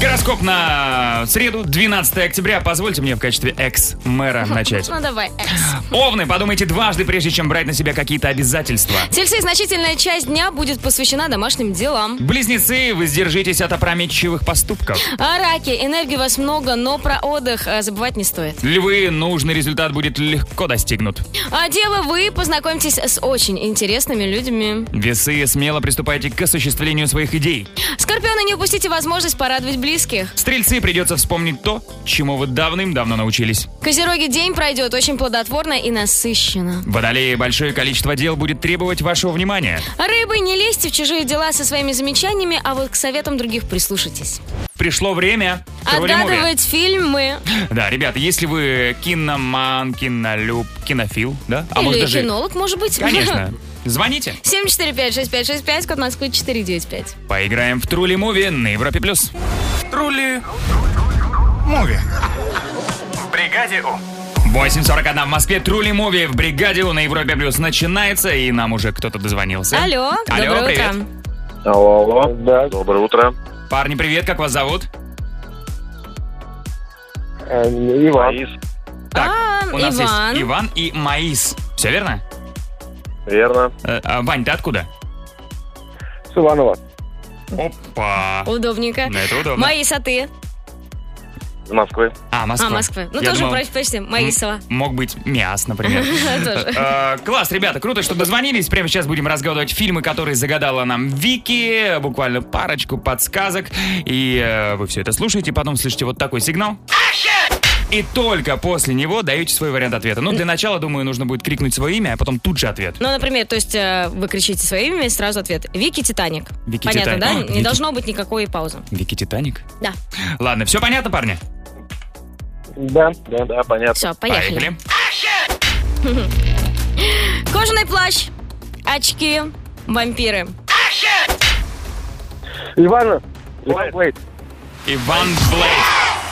[SPEAKER 2] Гороскоп на среду, 12 октября. Позвольте мне в качестве экс-мэра начать.
[SPEAKER 3] Ну давай, экс.
[SPEAKER 2] Овны, подумайте дважды, прежде чем брать на себя какие-то обязательства.
[SPEAKER 3] Тельцы, значительная часть дня будет посвящена домашним делам.
[SPEAKER 2] Близнецы, вы сдержитесь от опрометчивых поступков.
[SPEAKER 3] А раки, энергии у вас много, но про отдых э, забывать не стоит.
[SPEAKER 2] Львы, нужный результат будет легко достигнут.
[SPEAKER 3] А дело вы познакомитесь с очень интересными людьми.
[SPEAKER 2] Весы, смело приступайте к осуществлению своих идей.
[SPEAKER 3] Скорпионы, не упустите возможность порадовать близких.
[SPEAKER 2] Стрельцы, придется вспомнить то, чему вы давным-давно научились.
[SPEAKER 3] Козероги, день пройдет очень плодотворно и насыщенно.
[SPEAKER 2] Водолеи, большое количество дел будет требовать вашего внимания.
[SPEAKER 3] Рыбы, не лезьте в чужие дела со своими замечаниями, а вот к советам других прислушайтесь.
[SPEAKER 2] Пришло время тролли-муви.
[SPEAKER 3] Отгадывать фильмы.
[SPEAKER 2] Да, ребята, если вы киноман, кинолюб, кинофил, да? А
[SPEAKER 3] Или
[SPEAKER 2] может даже...
[SPEAKER 3] кинолог, может быть.
[SPEAKER 2] Конечно. Звоните.
[SPEAKER 3] 745-6565, код Москвы 495.
[SPEAKER 2] Поиграем в Трули Муви на Европе+. плюс. Трули Муви.
[SPEAKER 7] Бригаде У.
[SPEAKER 2] 8.41 в Москве. Трули Муви в бригаде у на Европе+. плюс начинается, и нам уже кто-то дозвонился.
[SPEAKER 3] Алло,
[SPEAKER 2] Алло,
[SPEAKER 3] доброе
[SPEAKER 2] привет.
[SPEAKER 3] утро.
[SPEAKER 6] Алло, алло. Да. Доброе утро.
[SPEAKER 2] Парни, привет, как вас зовут?
[SPEAKER 6] Иван.
[SPEAKER 2] Так, у нас
[SPEAKER 3] А, Иван.
[SPEAKER 2] есть Иван и Маис. Все верно? Э, а,
[SPEAKER 6] Верно.
[SPEAKER 2] Вань, ты откуда?
[SPEAKER 6] С Иванова.
[SPEAKER 2] Опа.
[SPEAKER 3] Удобненько.
[SPEAKER 2] Ну, это удобно.
[SPEAKER 3] Мои соты.
[SPEAKER 6] Из Москвы.
[SPEAKER 2] А, Москва.
[SPEAKER 3] А, Москвы. Ну,
[SPEAKER 2] Я
[SPEAKER 3] тоже,
[SPEAKER 2] думал,
[SPEAKER 3] про- почти, Маисова.
[SPEAKER 2] м- Мог быть Миас, например.
[SPEAKER 3] Тоже.
[SPEAKER 2] Э, Класс, ребята, круто, что дозвонились. Прямо сейчас будем разгадывать фильмы, которые загадала нам Вики. Буквально парочку подсказок. И э, вы все это слушаете, потом слышите вот такой сигнал. И только после него даете свой вариант ответа. Ну, для начала, думаю, нужно будет крикнуть свое имя, а потом тут же ответ.
[SPEAKER 3] Ну, например, то есть э, вы кричите свое имя и сразу ответ. Вики Титаник.
[SPEAKER 2] Вики
[SPEAKER 3] Понятно,
[SPEAKER 2] Титаник.
[SPEAKER 3] да?
[SPEAKER 2] А,
[SPEAKER 3] Не
[SPEAKER 2] Вики.
[SPEAKER 3] должно быть никакой паузы.
[SPEAKER 2] Вики Титаник?
[SPEAKER 3] Да.
[SPEAKER 2] Ладно, все понятно, парни?
[SPEAKER 6] Да, да, да, понятно.
[SPEAKER 3] Все, поехали. Кожаный плащ, очки, вампиры.
[SPEAKER 6] Иван.
[SPEAKER 2] Иван Блейд.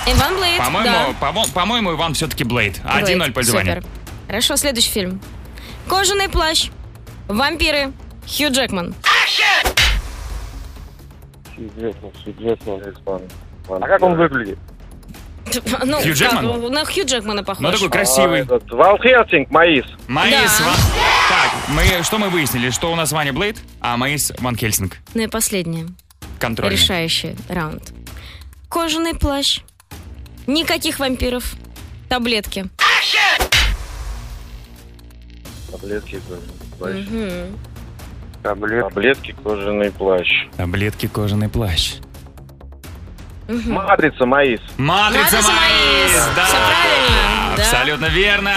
[SPEAKER 3] Иван Блейд,
[SPEAKER 2] По-моему,
[SPEAKER 3] да.
[SPEAKER 2] по- по-моему, Иван все-таки Блейд. 1-0
[SPEAKER 3] Блейд,
[SPEAKER 2] по
[SPEAKER 3] Супер. Хорошо, следующий фильм. Кожаный плащ, вампиры, Хью Джекман.
[SPEAKER 6] Известно, известно, Иван. А как он выглядит?
[SPEAKER 3] Ну,
[SPEAKER 6] Хью
[SPEAKER 3] как,
[SPEAKER 6] Джекман?
[SPEAKER 3] На Хью Джекмана
[SPEAKER 2] Ну,
[SPEAKER 3] похож.
[SPEAKER 6] Ван Хельсинг, Маис.
[SPEAKER 2] Маис, Ван... Так, мы, что мы выяснили? Что у нас Ваня Блейд, а Маис Ван Хельсинг.
[SPEAKER 3] Ну и последнее,
[SPEAKER 2] Контроль.
[SPEAKER 3] решающий раунд. Кожаный плащ, никаких вампиров, таблетки.
[SPEAKER 6] Таблетки,
[SPEAKER 3] Мгм.
[SPEAKER 6] Таблетки, кожаный плащ.
[SPEAKER 2] Таблетки, кожаный плащ.
[SPEAKER 3] Мгм.
[SPEAKER 6] Матрица, Маис.
[SPEAKER 2] Матрица
[SPEAKER 3] Матрица
[SPEAKER 2] Маис!
[SPEAKER 3] Маис!
[SPEAKER 2] Да!
[SPEAKER 3] Всё правильно, да.
[SPEAKER 2] Абсолютно верно.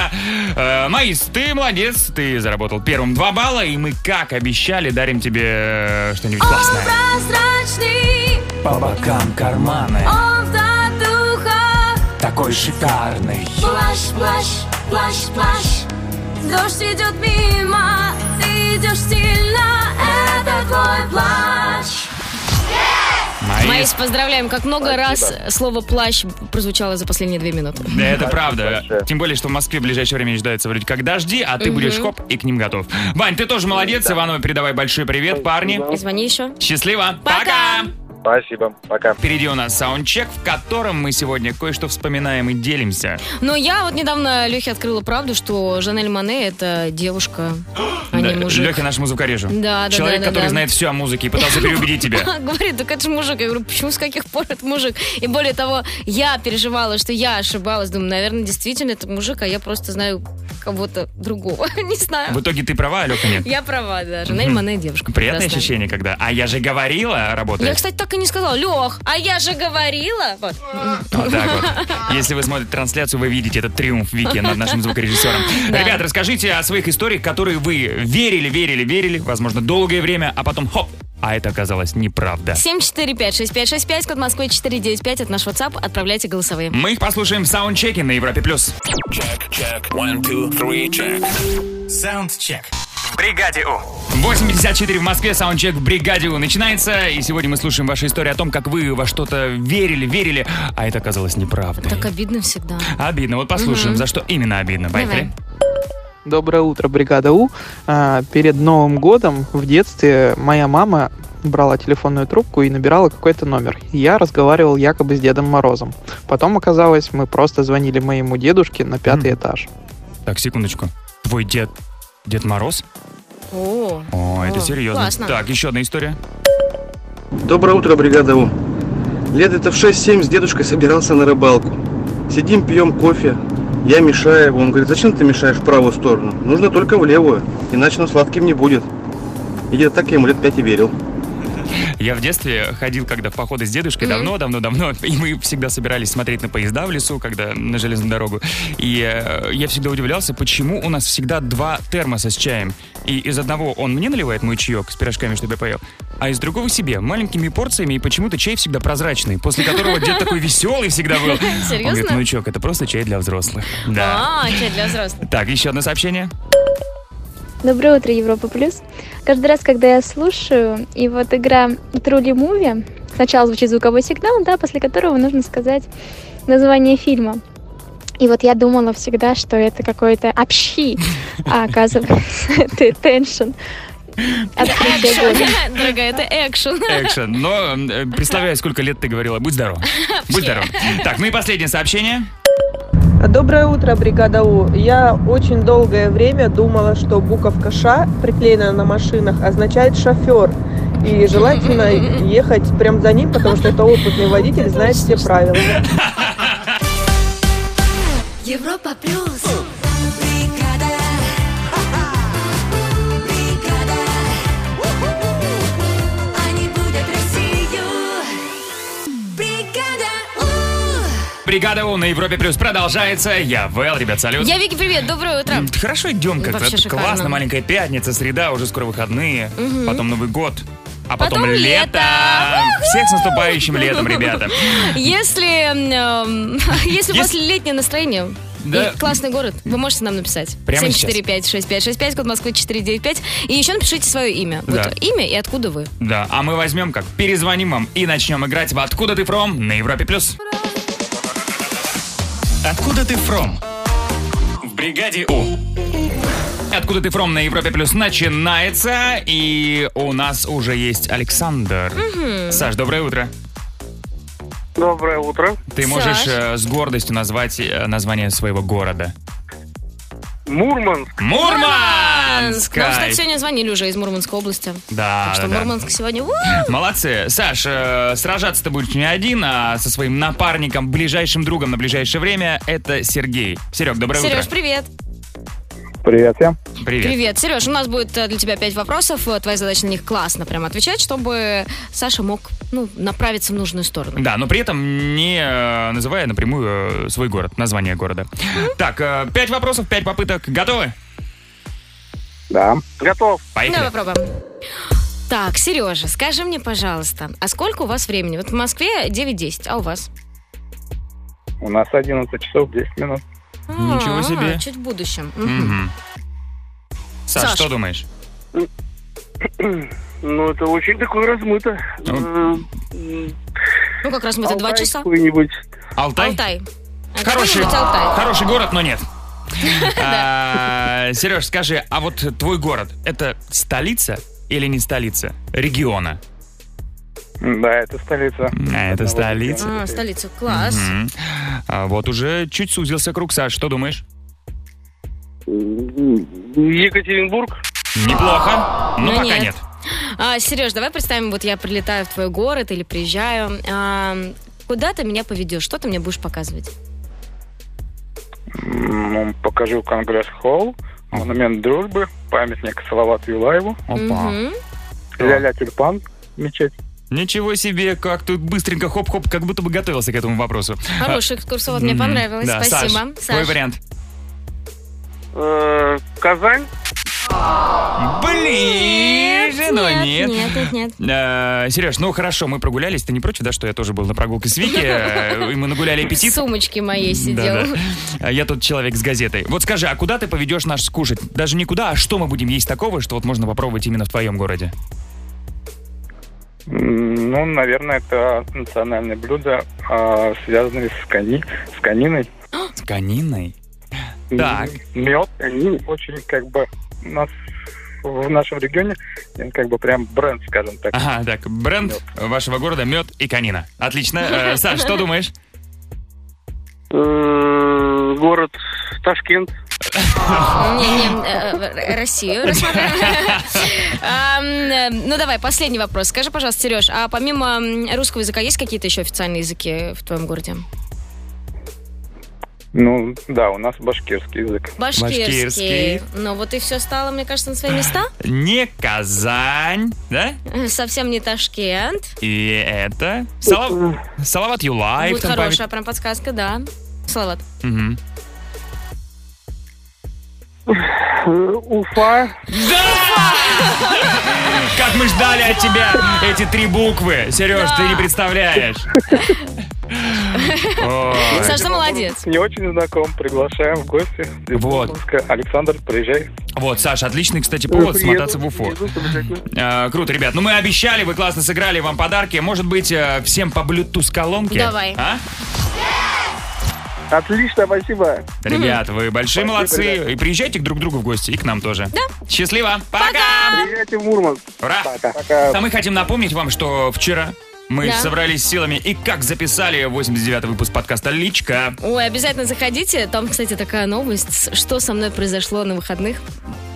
[SPEAKER 2] Э, Маис, ты молодец, ты заработал первым два балла, и мы, как обещали, дарим тебе э, что-нибудь классное.
[SPEAKER 1] Прозрачный,
[SPEAKER 5] По бокам карманы
[SPEAKER 1] он в татухах
[SPEAKER 5] Такой шикарный
[SPEAKER 1] Плащ, плащ, плащ, плащ Дождь идет мимо, ты идешь сильно Это твой плащ
[SPEAKER 3] Маис, поздравляем, как много
[SPEAKER 2] Спасибо. Ну.
[SPEAKER 3] раз слово плащ прозвучало за последние две минуты.
[SPEAKER 2] Да, это правда. Тем более, что в Москве в ближайшее время ждаются вроде как дожди, а ты
[SPEAKER 3] Мгм.
[SPEAKER 2] будешь хоп и к ним готов. Вань, ты тоже молодец. Иванову передавай большой привет, парни.
[SPEAKER 3] И звони еще.
[SPEAKER 2] Счастливо.
[SPEAKER 3] Пока!
[SPEAKER 6] Спасибо, пока.
[SPEAKER 2] Впереди у нас саундчек, в котором мы сегодня кое-что вспоминаем и делимся.
[SPEAKER 3] Но я вот недавно Лехе открыла правду, что Жанель Мане это девушка, а не мужик.
[SPEAKER 2] Леха наш музыкорежу.
[SPEAKER 3] Да, да,
[SPEAKER 2] Человек,
[SPEAKER 3] да, да,
[SPEAKER 2] который
[SPEAKER 3] да.
[SPEAKER 2] знает все о музыке и пытался переубедить тебя.
[SPEAKER 3] Говорит, так это же мужик. Я говорю, почему, с каких пор это мужик? И более того, я переживала, что я ошибалась. Думаю, наверное, действительно это мужик, а я просто знаю кого-то другого. Не знаю.
[SPEAKER 2] В итоге ты права, а Леха нет.
[SPEAKER 3] Я права, да. Жанель Мане девушка.
[SPEAKER 2] Приятное
[SPEAKER 3] прекрасная.
[SPEAKER 2] ощущение, когда. А я же говорила,
[SPEAKER 3] Я,
[SPEAKER 2] работает.
[SPEAKER 3] кстати, так и не сказала. Лех, а я же говорила. Вот.
[SPEAKER 2] Вот так вот. Если вы смотрите трансляцию, вы видите этот триумф Вики над нашим звукорежиссером.
[SPEAKER 3] Да.
[SPEAKER 2] Ребят, расскажите о своих историях, которые вы верили, верили, верили, возможно, долгое время, а потом хоп, а это оказалось неправда.
[SPEAKER 3] 745-6565, код Москвы 495, от наш WhatsApp. Отправляйте голосовые.
[SPEAKER 2] Мы их послушаем в саундчеке на Европе+. плюс.
[SPEAKER 7] Саундчек. В бригаде У.
[SPEAKER 2] 8.54 в Москве, саундчек в бригаде У начинается. И сегодня мы слушаем ваши истории о том, как вы во что-то верили, верили, а это оказалось неправдой.
[SPEAKER 3] Так обидно всегда.
[SPEAKER 2] Обидно. Вот послушаем,
[SPEAKER 3] Мгм.
[SPEAKER 2] за что именно обидно. Поехали.
[SPEAKER 13] Доброе утро, бригада У. А, Перед Новым годом в детстве моя мама брала телефонную трубку и набирала какой-то номер. Я разговаривал якобы с Дедом Морозом. Потом оказалось, мы просто звонили моему дедушке на пятый этаж.
[SPEAKER 2] Так, секундочку. Твой дед... Дед Мороз?
[SPEAKER 3] О,
[SPEAKER 2] О, это
[SPEAKER 13] О,
[SPEAKER 2] серьезно.
[SPEAKER 13] классно.
[SPEAKER 2] Так, еще одна история.
[SPEAKER 15] Доброе утро, бригада У. Лет это в 6-7 с дедушкой собирался на рыбалку. Сидим, пьем кофе. Я мешаю. Он говорит, зачем ты мешаешь в правую сторону? Нужно только в левую, иначе нам сладким не будет. И я так я ему лет 5 и верил.
[SPEAKER 2] Я в детстве ходил, когда в походы с дедушкой, давно-давно-давно, и мы всегда собирались смотреть на поезда в лесу, когда на железную дорогу. И э, я всегда удивлялся, почему у нас всегда два термоса с чаем. И из одного он мне наливает мой чаек с пирожками, чтобы я поел, а из другого себе, маленькими порциями, и почему-то чай всегда прозрачный, после которого дед такой веселый всегда был. Он говорит,
[SPEAKER 3] Серьезно?
[SPEAKER 2] ну, чок, это просто чай для взрослых. Да.
[SPEAKER 3] А, чай для взрослых.
[SPEAKER 2] Так, еще одно сообщение.
[SPEAKER 16] Доброе утро, Европа Плюс. Каждый раз, когда я слушаю, и вот игра Трули Муви, сначала звучит звуковой сигнал, да, после которого нужно сказать название фильма. И вот я думала всегда, что это какой-то общий, а оказывается, это теншн.
[SPEAKER 3] Экшен, дорогая, это экшен.
[SPEAKER 2] Экшен. Но, э, представляю, сколько лет ты говорила, будь здоров. Будь здоров. Так, ну и последнее сообщение.
[SPEAKER 17] Доброе утро, бригада У. Я очень долгое время думала, что буковка Ш, приклеенная на машинах, означает шофер. И желательно ехать прям за ним, потому что это опытный водитель, знает все правила.
[SPEAKER 4] Европа плюс. Бригада. Бригада. Они будут Россию. Бригада.
[SPEAKER 2] Бригада У на Европе Плюс продолжается. Я Вэл, ребят, салют.
[SPEAKER 3] Я Вики, привет, доброе утро.
[SPEAKER 2] М, Хорошо идем как-то.
[SPEAKER 3] Вообще
[SPEAKER 2] Это
[SPEAKER 3] шикарно.
[SPEAKER 2] Классно, маленькая пятница, среда, уже скоро выходные.
[SPEAKER 3] Мгм.
[SPEAKER 2] Потом Новый год. А потом,
[SPEAKER 3] Потом
[SPEAKER 2] лето. Всех с наступающим летом, ребята.
[SPEAKER 3] Если, эм, если у вас летнее настроение,
[SPEAKER 2] Да.
[SPEAKER 3] и классный город, вы можете нам написать.
[SPEAKER 2] Прямо
[SPEAKER 3] 745-6565, код Москвы 495. И еще напишите свое имя.
[SPEAKER 2] Да.
[SPEAKER 3] Вот имя и откуда вы.
[SPEAKER 2] Да, а мы возьмем как перезвоним вам и начнем играть в «Откуда ты фром» на Европе+. плюс. «Откуда ты фром» в бригаде У. «Откуда ты фром» на Европе+, плюс начинается, и у нас уже есть Александр.
[SPEAKER 4] Мгм.
[SPEAKER 2] Саш, доброе утро.
[SPEAKER 6] Доброе утро.
[SPEAKER 2] Ты можешь э, с гордостью назвать э, название своего города?
[SPEAKER 6] Мурманск.
[SPEAKER 2] Мурманск!
[SPEAKER 3] Нам, кстати,
[SPEAKER 2] Кайф.
[SPEAKER 3] сегодня звонили уже из Мурманской области.
[SPEAKER 2] Да,
[SPEAKER 3] Так что
[SPEAKER 2] да, да.
[SPEAKER 3] Мурманск сегодня... у!
[SPEAKER 2] Молодцы. Саш, э, сражаться ты будешь не один, а со своим напарником, ближайшим другом на ближайшее время. Это Сергей. Серег, доброе
[SPEAKER 3] Сереж,
[SPEAKER 2] утро.
[SPEAKER 3] привет.
[SPEAKER 6] Привет всем.
[SPEAKER 2] Привет.
[SPEAKER 3] Привет, Сереж. У нас будет э, для тебя пять вопросов. Э, Твоя задача на них классно прям отвечать, чтобы Саша мог ну, направиться в нужную сторону.
[SPEAKER 2] Да, но при этом не э, называя напрямую э, свой город, название города. Так, э, пять вопросов, пять попыток. Готовы?
[SPEAKER 6] Да. Готов.
[SPEAKER 2] Поехали.
[SPEAKER 3] Давай попробуем. Так, Сережа, скажи мне, пожалуйста, а сколько у вас времени? Вот в Москве 9.10, а у вас?
[SPEAKER 6] У нас 11 часов 10 минут.
[SPEAKER 2] Ничего
[SPEAKER 3] А,
[SPEAKER 2] себе.
[SPEAKER 3] Чуть в будущем. Мгм.
[SPEAKER 2] Мгм. Саш,
[SPEAKER 3] Саш.
[SPEAKER 2] что думаешь?
[SPEAKER 6] Ну, это очень такое размыто.
[SPEAKER 3] Ну, как раз мы это два часа.
[SPEAKER 6] Какой-нибудь.
[SPEAKER 2] Алтай?
[SPEAKER 3] Алтай. А
[SPEAKER 2] Хороший,
[SPEAKER 3] какой-нибудь Алтай.
[SPEAKER 2] хороший город, но нет. Сереж, скажи, а вот твой город это столица или не столица региона?
[SPEAKER 18] Да, это столица.
[SPEAKER 2] А это столица.
[SPEAKER 3] А, столица, класс.
[SPEAKER 2] Мгм. А вот уже чуть сузился круг, Саш, что думаешь?
[SPEAKER 18] Екатеринбург.
[SPEAKER 2] Неплохо.
[SPEAKER 3] Ну,
[SPEAKER 2] Ну, пока
[SPEAKER 3] нет.
[SPEAKER 2] нет.
[SPEAKER 3] А, Сереж, давай представим, вот я прилетаю в твой город или приезжаю. А, куда ты меня поведешь? Что ты мне будешь показывать?
[SPEAKER 18] М, Покажу Конгресс-холл, монумент дружбы, памятник Салавату Юлаеву,
[SPEAKER 3] Мгм.
[SPEAKER 18] ля-ля тюльпан, мечеть.
[SPEAKER 2] Ничего себе, как тут быстренько хоп-хоп, как будто бы готовился к этому вопросу.
[SPEAKER 3] Хороший экскурсовод, мне
[SPEAKER 2] Мгм.
[SPEAKER 3] понравилось.
[SPEAKER 2] Да, Саш,
[SPEAKER 3] Спасибо.
[SPEAKER 2] твой вариант.
[SPEAKER 18] Казань.
[SPEAKER 2] Ближе, но
[SPEAKER 3] нет.
[SPEAKER 2] нет.
[SPEAKER 3] Нет, нет, нет.
[SPEAKER 2] Э, Сереж, ну хорошо, мы прогулялись. Ты не против, да, что я тоже был на прогулке с Вики? э, И мы нагуляли
[SPEAKER 3] В
[SPEAKER 2] аппетит.
[SPEAKER 3] сумочке моей сидел.
[SPEAKER 2] Да-да. А Я тот человек с газетой. Вот скажи, а куда ты поведешь нас скушать? Даже никуда, а что мы будем есть такого, что вот можно попробовать именно в твоем городе?
[SPEAKER 18] М, Ну, наверное, это национальное блюдо, а, связанное с, кони, с кониной.
[SPEAKER 2] С кониной?
[SPEAKER 18] Так. Мед, они очень как бы у нас в нашем регионе э, как бы прям бренд, скажем так.
[SPEAKER 2] Ага, так, бренд вашего города мед и конина. Отлично. Э, Саш, что думаешь?
[SPEAKER 18] Э, Город Ташкент.
[SPEAKER 3] Не, не, э, э, Россию рассмотрела. Ам, э, Ну давай, последний вопрос. Скажи, пожалуйста, Сереж, а помимо м, русского языка есть какие-то еще официальные языки в твоем городе?
[SPEAKER 18] Ну, да, у нас башкирский язык.
[SPEAKER 3] Башкирский. Ну вот и все стало, мне кажется, на свои места.
[SPEAKER 2] Не Казань, да?
[SPEAKER 3] Э, Совсем не Ташкент.
[SPEAKER 2] И это... Салав- Салават Юлаев.
[SPEAKER 3] Будет
[SPEAKER 2] там А память-
[SPEAKER 3] хорошая прям подсказка, да. Салават.
[SPEAKER 2] Мгм.
[SPEAKER 18] Уфа.
[SPEAKER 2] Как мы ждали от тебя эти три буквы. Сереж, ты не представляешь. Ой.
[SPEAKER 3] Саш, ты молодец.
[SPEAKER 18] Не очень знаком, приглашаем в гости. Вот. Александр, приезжай.
[SPEAKER 2] Вот, Саша, отличный, кстати, повод
[SPEAKER 18] Приеду,
[SPEAKER 2] смотаться в Уфу. Э, круто, ребят. Ну, мы обещали, вы классно сыграли, вам подарки. Может быть, э, всем по Bluetooth колонке?
[SPEAKER 3] Давай.
[SPEAKER 2] А?
[SPEAKER 18] Отлично, спасибо.
[SPEAKER 2] Ребят, вы большие
[SPEAKER 18] Спасибо,
[SPEAKER 2] молодцы.
[SPEAKER 18] ребят.
[SPEAKER 2] И приезжайте друг к другу в гости, и к нам тоже. Да. Счастливо.
[SPEAKER 18] Пока! Приезжайте в Мурманск.
[SPEAKER 2] Ура! А мы хотим напомнить вам, что вчера мы
[SPEAKER 3] Да.
[SPEAKER 2] собрались силами и как записали 89-й выпуск подкаста «Личка».
[SPEAKER 3] Ой, обязательно заходите. Там, кстати, такая новость, что со мной произошло на выходных.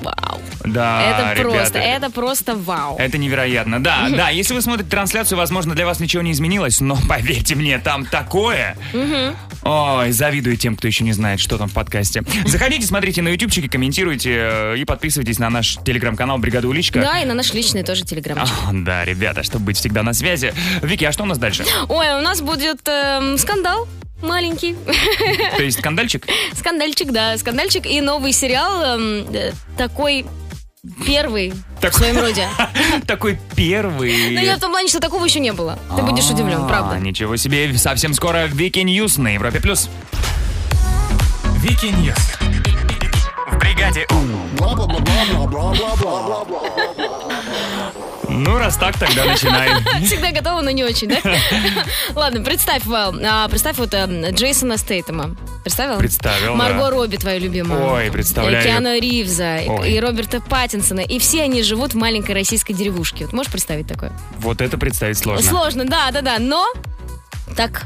[SPEAKER 3] Вау.
[SPEAKER 2] Да,
[SPEAKER 3] это
[SPEAKER 2] А, ребята.
[SPEAKER 3] просто, это просто вау.
[SPEAKER 2] Это невероятно, да, да. Если вы смотрите трансляцию, возможно, для вас ничего не изменилось, но поверьте мне, там такое.
[SPEAKER 3] Мгм.
[SPEAKER 2] Ой, завидую тем, кто еще не знает, что там в подкасте. Заходите, смотрите на ютубчике, комментируйте э, и подписывайтесь на наш телеграм-канал «Бригада Уличка».
[SPEAKER 3] Да, и на наш личный тоже
[SPEAKER 2] А,
[SPEAKER 3] телеграм.
[SPEAKER 2] да, ребята, чтобы быть всегда на связи. Вики, а что у нас дальше?
[SPEAKER 3] Ой, у нас будет эм, скандал маленький.
[SPEAKER 2] То есть скандальчик?
[SPEAKER 3] Скандальчик, да, скандальчик и новый сериал эм, э, такой первый
[SPEAKER 2] Так-
[SPEAKER 3] в своем роде.
[SPEAKER 2] Такой первый.
[SPEAKER 3] Ну, я в том плане, что такого еще не было. Ты будешь удивлен,
[SPEAKER 2] А,
[SPEAKER 3] правда.
[SPEAKER 2] Ничего себе, совсем скоро Вики Ньюс на Европе плюс. Вики Ньюс. В бригаде Ну, раз так, тогда начинай.
[SPEAKER 3] Всегда готова, но не очень, да? Ладно, представь, Вэл, а, представь вот эм, Джейсона Стейтема. Представил?
[SPEAKER 2] Представил, да.
[SPEAKER 3] Марго Робби, твою любимую.
[SPEAKER 2] Ой, представляю.
[SPEAKER 3] И Киану Ривза, и-
[SPEAKER 2] Ой.
[SPEAKER 3] и Роберта Паттинсона. И все они живут в маленькой российской деревушке. Вот можешь представить такое?
[SPEAKER 2] Вот это представить сложно.
[SPEAKER 3] Сложно, да, да, да. Но так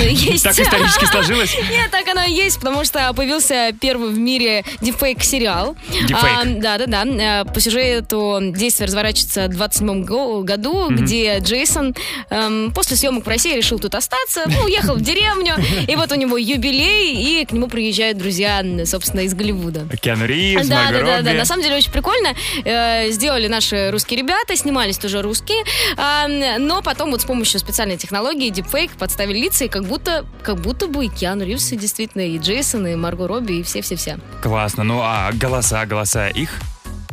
[SPEAKER 3] и есть.
[SPEAKER 2] Так исторически сложилось?
[SPEAKER 3] Нет, так оно и есть, потому что появился первый в мире дипфейк-сериал.
[SPEAKER 2] Дипфейк.
[SPEAKER 3] А, Да, да, да. Э, По сюжету действие разворачивается в 27 го- году,
[SPEAKER 2] Мгм.
[SPEAKER 3] где Джейсон эм, после съемок в России решил тут остаться, ну, уехал в деревню, и вот у него юбилей, и к нему приезжают друзья, м, собственно, из Голливуда.
[SPEAKER 2] Киану Ривз,
[SPEAKER 3] Да,
[SPEAKER 2] Марго
[SPEAKER 3] да, да, да.
[SPEAKER 2] Робби.
[SPEAKER 3] На самом деле очень прикольно. Э, сделали наши русские ребята, снимались тоже русские. А, м, но потом вот с помощью специальной технологии дипфейк подставили лица, и как будто, как будто бы и Киану Ривз, и действительно, и Джейсон, и Марго Робби, и все-все-все.
[SPEAKER 2] Классно. Ну, а голоса, голоса их?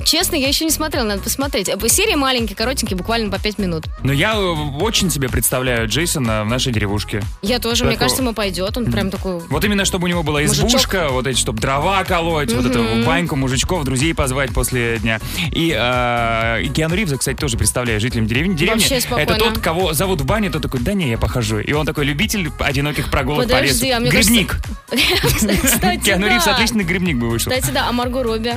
[SPEAKER 3] Честно, я еще не смотрела, надо посмотреть. Э, Серии маленькие, коротенькие, буквально по 5 минут.
[SPEAKER 2] Ну, я э, очень себе представляю Джейсона в нашей деревушке.
[SPEAKER 3] Я тоже, мне
[SPEAKER 2] Такого-
[SPEAKER 3] кажется, ему пойдет. Он прям такой...
[SPEAKER 2] Вот именно, чтобы у него была
[SPEAKER 3] Мужичок.
[SPEAKER 2] избушка, вот эти, чтобы дрова колоть, вот
[SPEAKER 3] Мгм.
[SPEAKER 2] эту баньку мужичков, друзей позвать после дня. И, э, и Киану Ривза, кстати, тоже представляю жителям деревни. Деревни
[SPEAKER 3] Вообще спокойно.
[SPEAKER 2] это тот, кого зовут в бане, тот такой, да не, я похожу. И он такой любитель одиноких прогулок по
[SPEAKER 3] Подожди,
[SPEAKER 2] лесу.
[SPEAKER 3] а мне
[SPEAKER 2] грибник.
[SPEAKER 3] кажется- Кстати,
[SPEAKER 2] Киану Ривз
[SPEAKER 3] да.
[SPEAKER 2] отличный грибник бы вышел.
[SPEAKER 3] Кстати, да, а Марго Робби?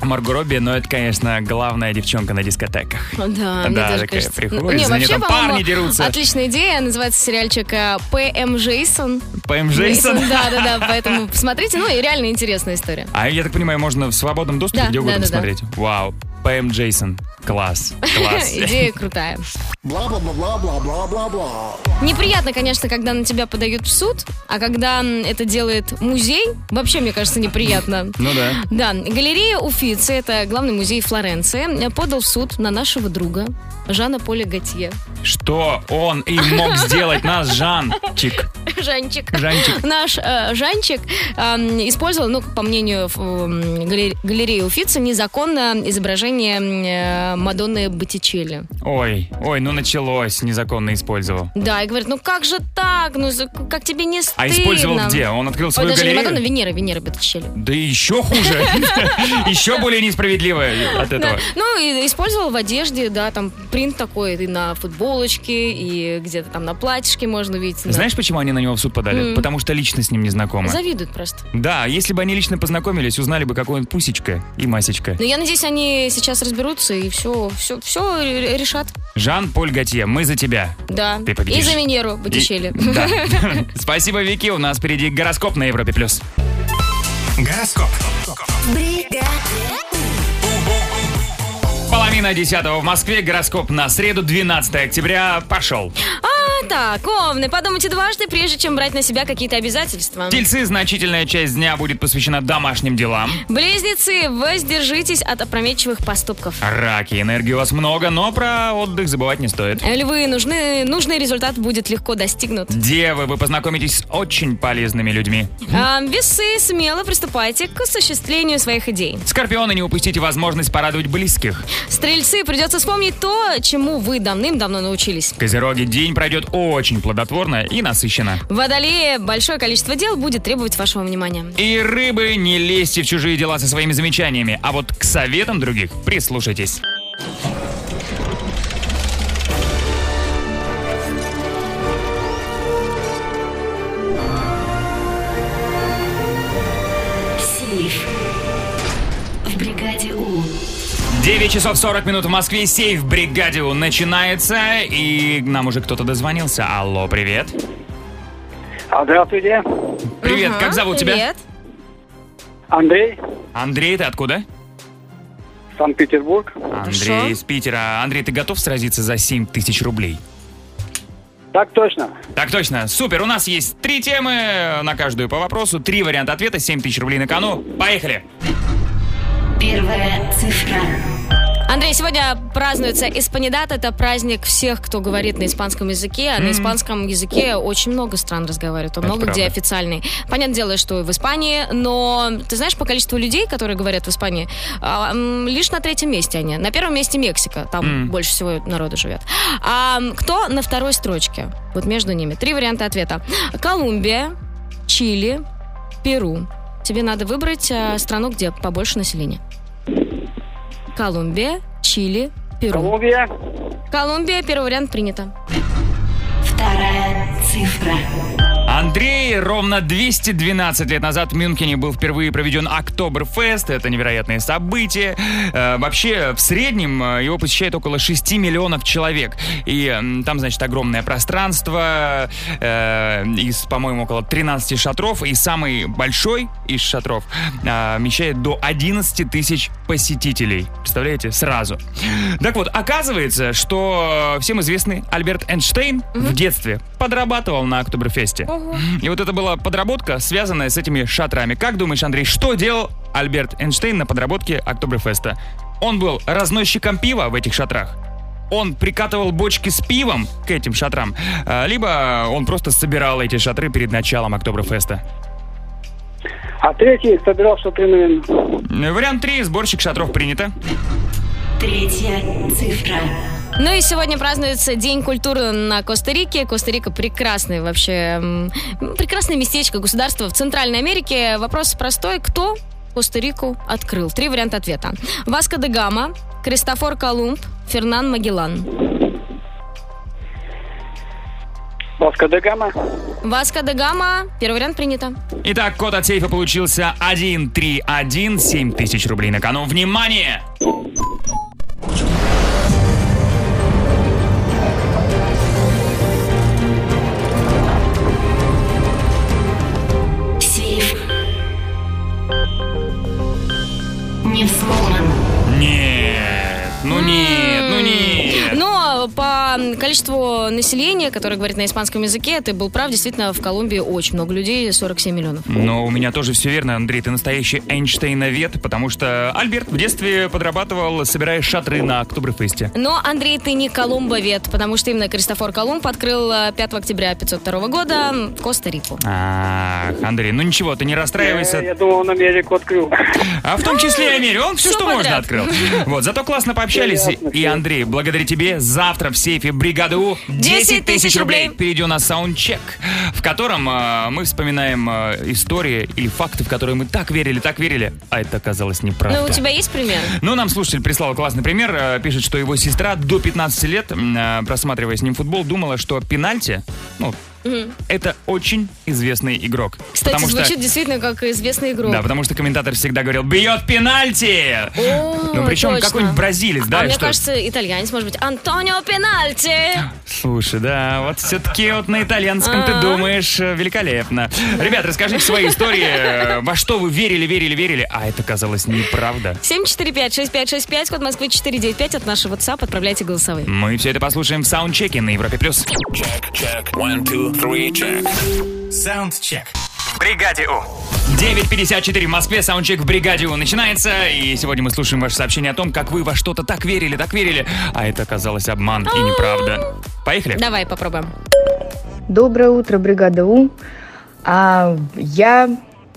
[SPEAKER 2] Марго Робби, но это, конечно, главная девчонка на дискотеках.
[SPEAKER 3] Да, мне
[SPEAKER 2] Да,
[SPEAKER 3] тоже
[SPEAKER 2] такая
[SPEAKER 3] кажется.
[SPEAKER 2] приходит, за ней там
[SPEAKER 3] по-моему,
[SPEAKER 2] парни дерутся.
[SPEAKER 3] Отличная идея. Называется сериальчик э, П.М. Джейсон.
[SPEAKER 2] ПМ Джейсон.
[SPEAKER 3] Да, да, да. Поэтому посмотрите. Ну и реально интересная история.
[SPEAKER 2] А я так понимаю, можно в свободном доступе
[SPEAKER 3] Да,
[SPEAKER 2] где угодно
[SPEAKER 3] да, да, да.
[SPEAKER 2] посмотреть. Вау. ПМ Джейсон. Класс. Класс.
[SPEAKER 3] Идея крутая.
[SPEAKER 4] Бла-бла-бла-бла-бла-бла-бла.
[SPEAKER 3] Неприятно, конечно, когда на тебя подают в суд, а когда м, это делает музей, вообще, мне кажется, неприятно.
[SPEAKER 2] Ну да.
[SPEAKER 3] Да, галерея Уфицы, это главный музей Флоренции, э, подал в суд на нашего друга Жана Поля Готье.
[SPEAKER 2] Что он и мог сделать нас, Жанчик?
[SPEAKER 3] Жанчик.
[SPEAKER 2] Жанчик.
[SPEAKER 3] Наш э, Жанчик э, использовал, ну, по мнению ф- м, галер- галереи Уфицы, незаконно изображение м, э, Мадонны Боттичелли.
[SPEAKER 2] Ой, ой, ну началось, незаконно использовал.
[SPEAKER 3] Да, и говорит, ну как же так, ну за- как тебе не стыдно?
[SPEAKER 2] А использовал где? Он открыл
[SPEAKER 3] Ой,
[SPEAKER 2] свою
[SPEAKER 3] даже не
[SPEAKER 2] галерею?
[SPEAKER 3] Мадонна, Венера, Венера Боттичелли.
[SPEAKER 2] Да и еще хуже. Еще более несправедливо от
[SPEAKER 3] Да.
[SPEAKER 2] этого.
[SPEAKER 3] Ну, и использовал в одежде, да, там принт такой и на футболочке, и где-то там на платьишке можно видеть. на-
[SPEAKER 2] Знаешь, почему они на него в суд подали?
[SPEAKER 3] М.
[SPEAKER 2] Потому что лично с ним не знакомы.
[SPEAKER 3] Завидуют просто.
[SPEAKER 2] Да, если бы они лично познакомились, узнали бы, какой он пусечка и масечка.
[SPEAKER 3] Но я надеюсь, они сейчас разберутся и все, все, все решат.
[SPEAKER 2] Жан-Поль Готье, мы за тебя.
[SPEAKER 3] Да.
[SPEAKER 2] Ты победишь.
[SPEAKER 3] И за Венеру Боттичелли.
[SPEAKER 2] И- да. Спасибо, Вики. У нас впереди гороскоп на Европе+. плюс. Гороскоп. Половина десятого в Москве. Гороскоп на среду, 12 октября. Пошел.
[SPEAKER 3] А, так, овны, подумайте дважды, прежде чем брать на себя какие-то обязательства.
[SPEAKER 2] Тельцы, значительная часть дня будет посвящена домашним делам.
[SPEAKER 3] Близнецы, воздержитесь от опрометчивых поступков.
[SPEAKER 2] Раки, энергии у вас много, но про отдых забывать не стоит.
[SPEAKER 3] Львы, нужны, нужный результат будет легко достигнут.
[SPEAKER 2] Девы, вы познакомитесь с очень полезными людьми.
[SPEAKER 3] А, весы, смело приступайте к осуществлению своих идей.
[SPEAKER 2] Скорпионы, не упустите возможность порадовать близких.
[SPEAKER 3] Стрельцы, придется вспомнить то, чему вы давным-давно научились.
[SPEAKER 2] Козероги, день пройдет очень плодотворно и насыщенно.
[SPEAKER 3] Водолеи, большое количество дел будет требовать вашего внимания.
[SPEAKER 2] И рыбы, не лезьте в чужие дела со своими замечаниями, а вот к советам других прислушайтесь.
[SPEAKER 4] Сейф. В бригаде У.
[SPEAKER 2] 9 часов 40 минут в Москве, сейф бригаде У начинается, и нам уже кто-то дозвонился. Алло, привет.
[SPEAKER 19] Здравствуйте,
[SPEAKER 2] Привет, как зовут тебя?
[SPEAKER 19] привет. Андрей,
[SPEAKER 2] Андрей, ты откуда?
[SPEAKER 19] Санкт-Петербург.
[SPEAKER 2] Андрей из Питера. Андрей, ты готов сразиться за 7 тысяч рублей?
[SPEAKER 19] Так точно.
[SPEAKER 2] Так точно. Супер, у нас есть три темы на каждую по вопросу, три варианта ответа, 7 тысяч рублей на кону. Поехали!
[SPEAKER 4] Первая цифра.
[SPEAKER 3] Андрей, сегодня празднуется Испанидат. Это праздник всех, кто говорит на испанском языке. А на
[SPEAKER 4] М.
[SPEAKER 3] испанском языке очень много стран разговаривают, а
[SPEAKER 4] Это
[SPEAKER 3] много где
[SPEAKER 4] правда.
[SPEAKER 3] официальный. Понятное дело, что и в Испании, но ты знаешь, по количеству людей, которые говорят в Испании, а, м, лишь на третьем месте они. На первом месте Мексика, там
[SPEAKER 4] М.
[SPEAKER 3] больше всего народу живет. А м, кто на второй строчке? Вот между ними. Три варианта ответа. Колумбия, Чили, Перу. Тебе надо выбрать э, страну, где побольше населения. Колумбия, Чили, Перу.
[SPEAKER 19] Колумбия.
[SPEAKER 3] Колумбия, первый вариант принято.
[SPEAKER 4] Вторая цифра.
[SPEAKER 2] Андрей, ровно 212 лет назад в Мюнхене был впервые проведен Октоберфест. Это невероятное событие. Э, вообще, в среднем э, его посещает около 6 миллионов человек. И м, там, значит, огромное пространство э, из, по-моему, около 13 шатров. И самый большой из шатров э, вмещает до 11 тысяч посетителей. Представляете? Сразу. Так вот, оказывается, что всем известный Альберт Эйнштейн в детстве подрабатывал на Октоберфесте. И вот это была подработка, связанная с этими шатрами. Как думаешь, Андрей, что делал Альберт Эйнштейн на подработке Октоберфеста? Он был разносчиком пива в этих шатрах. Он прикатывал бочки с пивом к этим шатрам, э, либо он просто собирал эти шатры перед началом Октоберфеста.
[SPEAKER 19] А третий собирал шатры, наверное.
[SPEAKER 2] Э, Вариант 3. Сборщик шатров принято.
[SPEAKER 4] Третья цифра.
[SPEAKER 3] Ну и сегодня празднуется День культуры на Коста-Рике. Коста-Рика прекрасное вообще, м, прекрасное местечко, государство в Центральной Америке. Вопрос простой. Кто Коста-Рику открыл? Три варианта ответа. Васко де Гама, Кристофор Колумб, Фернан Магеллан.
[SPEAKER 20] Васка да Гама.
[SPEAKER 3] Васка да Гама. Первый вариант принято.
[SPEAKER 2] Итак, код от сейфа получился 131, 7 тысяч рублей на кону. Внимание!
[SPEAKER 1] Сейф. Не взломан.
[SPEAKER 2] Нет, ну нет, ну нет.
[SPEAKER 3] Но а по количеству населения, которое говорит на испанском языке, ты был прав, действительно, в Колумбии очень много людей, 47 миллионов.
[SPEAKER 2] Но у меня тоже все верно, Андрей, ты настоящий Эйнштейновед, потому что Альберт в детстве подрабатывал, собирая шатры на Октоберфесте.
[SPEAKER 3] Но, Андрей, ты не колумбовед, потому что именно Кристофор Колумб открыл э, 5 октября 502 года Коста-Рику.
[SPEAKER 2] Ах, Андрей, ну ничего, ты не расстраивайся.
[SPEAKER 20] Я думал, он Америку открыл.
[SPEAKER 2] А в том числе и Америку. Он все,
[SPEAKER 20] Всё
[SPEAKER 2] что можно,
[SPEAKER 20] подряд.
[SPEAKER 2] открыл. Вот, зато классно пообщались. И, Андрей, благодаря тебе завтра в сейфе бригады У 10 тысяч рублей. Впереди у нас саундчек, в котором э, мы вспоминаем э, истории или факты, в которые мы так верили, так верили, а это оказалось неправда.
[SPEAKER 3] Ну, у тебя есть пример?
[SPEAKER 2] Ну, нам слушатель прислал классный пример. Э, Пишет, что его сестра до 15 лет, м, э, просматривая с ним футбол, думала, что пенальти, ну,
[SPEAKER 3] Мгм.
[SPEAKER 2] это очень известный игрок.
[SPEAKER 3] Кстати,
[SPEAKER 2] Потому что-
[SPEAKER 3] звучит действительно как известный игрок.
[SPEAKER 2] да, потому что комментатор всегда говорил, бьет пенальти!
[SPEAKER 3] О,
[SPEAKER 2] Ну, причем
[SPEAKER 3] точно.
[SPEAKER 2] какой-нибудь бразилец, да?
[SPEAKER 3] а мне
[SPEAKER 2] что-
[SPEAKER 3] кажется, итальянец, может быть, Антонио Пенальти.
[SPEAKER 2] Слушай, да, вот все-таки вот на итальянском ты
[SPEAKER 3] А.
[SPEAKER 2] думаешь э, великолепно. Ребят, расскажите свои истории, э, во что вы верили, верили, верили, а это казалось неправда.
[SPEAKER 3] 745-6565, код Москвы 495 от нашего WhatsApp. Отправляйте голосовые.
[SPEAKER 2] Мы все это послушаем в саундчеке на Европе+. плюс.
[SPEAKER 21] Саундчек. В бригаде У.
[SPEAKER 2] 9.54 в Москве, саундчек в бригаде У начинается, и сегодня мы слушаем ваше сообщение о том, как вы во что-то так верили, так верили, а это оказалось обман и неправда. Поехали?
[SPEAKER 3] Давай попробуем.
[SPEAKER 18] Доброе утро, бригада У. А, я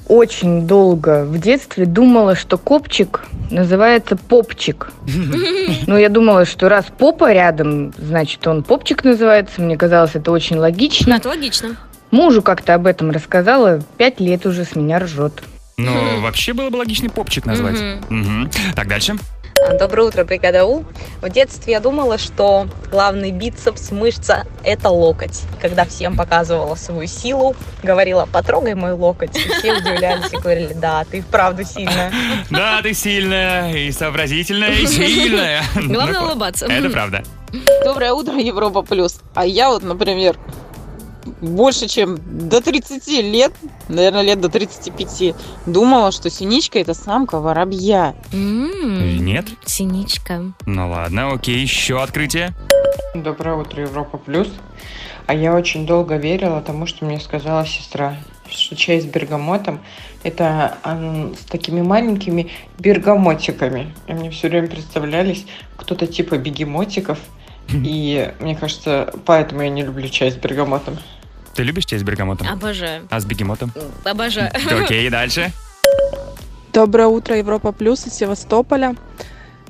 [SPEAKER 18] очень долго в детстве думала, что копчик называется попчик. Ну, я думала, что раз попа рядом, значит, он попчик называется. Мне казалось, это очень логично.
[SPEAKER 3] Это логично.
[SPEAKER 18] Мужу как-то об этом рассказала. Пять лет уже с меня ржет.
[SPEAKER 2] Ну, вообще было бы логичный попчик назвать. Мгм. Так, дальше.
[SPEAKER 10] Доброе утро, бригада У. В детстве я думала, что главный бицепс, мышца – это локоть. И Когда всем показывала свою силу, говорила, потрогай мой локоть. И все удивлялись и говорили, да, ты вправду сильная.
[SPEAKER 2] Да, ты сильная и сообразительная, и сильная.
[SPEAKER 10] Главное
[SPEAKER 2] Ну,
[SPEAKER 10] улыбаться.
[SPEAKER 2] Это правда.
[SPEAKER 22] Доброе утро, Европа Плюс. А я вот, например, больше чем до 30 лет, наверное, лет до 35, думала, что синичка – это самка воробья.
[SPEAKER 2] Нет?
[SPEAKER 3] М-м. Синичка.
[SPEAKER 2] Ну ладно, окей, еще открытие.
[SPEAKER 4] Доброе утро, Европа Плюс. А я очень долго верила тому, что мне сказала сестра, что чай с бергамотом – это м, с такими маленькими бергамотиками. И мне все время представлялись кто-то типа бегемотиков. И мне кажется, поэтому я не люблю чай с бергамотом.
[SPEAKER 2] Ты любишь чай с бергамотом?
[SPEAKER 3] Обожаю.
[SPEAKER 2] А с бегемотом?
[SPEAKER 3] Обожаю.
[SPEAKER 2] Окей, дальше.
[SPEAKER 23] Доброе утро, Европа Плюс из Севастополя.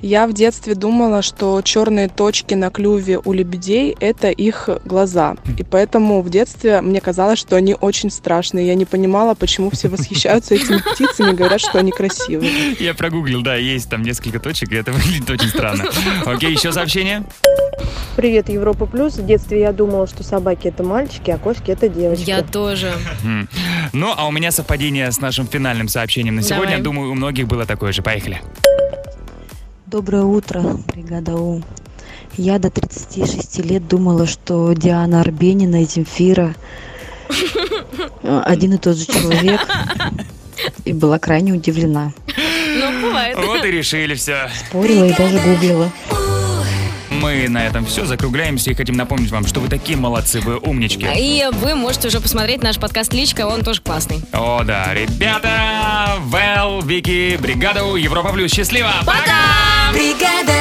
[SPEAKER 23] Я в детстве думала, что черные точки на клюве у лебедей – это их глаза. И поэтому в детстве мне казалось, что они очень страшные. Я не понимала, почему все восхищаются этими птицами и говорят, что они красивые.
[SPEAKER 2] Я прогуглил, да, есть там несколько точек, и это выглядит очень странно. Окей, еще сообщение.
[SPEAKER 24] Привет, Европа Плюс. В детстве я думала, что собаки это мальчики, а кошки это девочки.
[SPEAKER 3] Я тоже.
[SPEAKER 2] Мгм. Ну, а у меня совпадение с нашим финальным сообщением на сегодня.
[SPEAKER 24] Давай.
[SPEAKER 2] Думаю, у многих было такое же. Поехали.
[SPEAKER 25] Доброе утро, бригада У. Я до 36 лет думала, что Диана Арбенина и Земфира э, один и тот же человек. И была крайне удивлена.
[SPEAKER 3] Ну, бывает.
[SPEAKER 2] Вот и решили все.
[SPEAKER 25] Спорила и даже гуглила.
[SPEAKER 2] Мы на этом все закругляемся и хотим напомнить вам, что вы такие молодцы, вы умнички.
[SPEAKER 3] И вы можете уже посмотреть наш подкаст «Личка», он тоже классный.
[SPEAKER 2] О, да, ребята! Вэл, Вики, бригада у Европа Плюс. Счастливо! Пока!
[SPEAKER 1] Бригада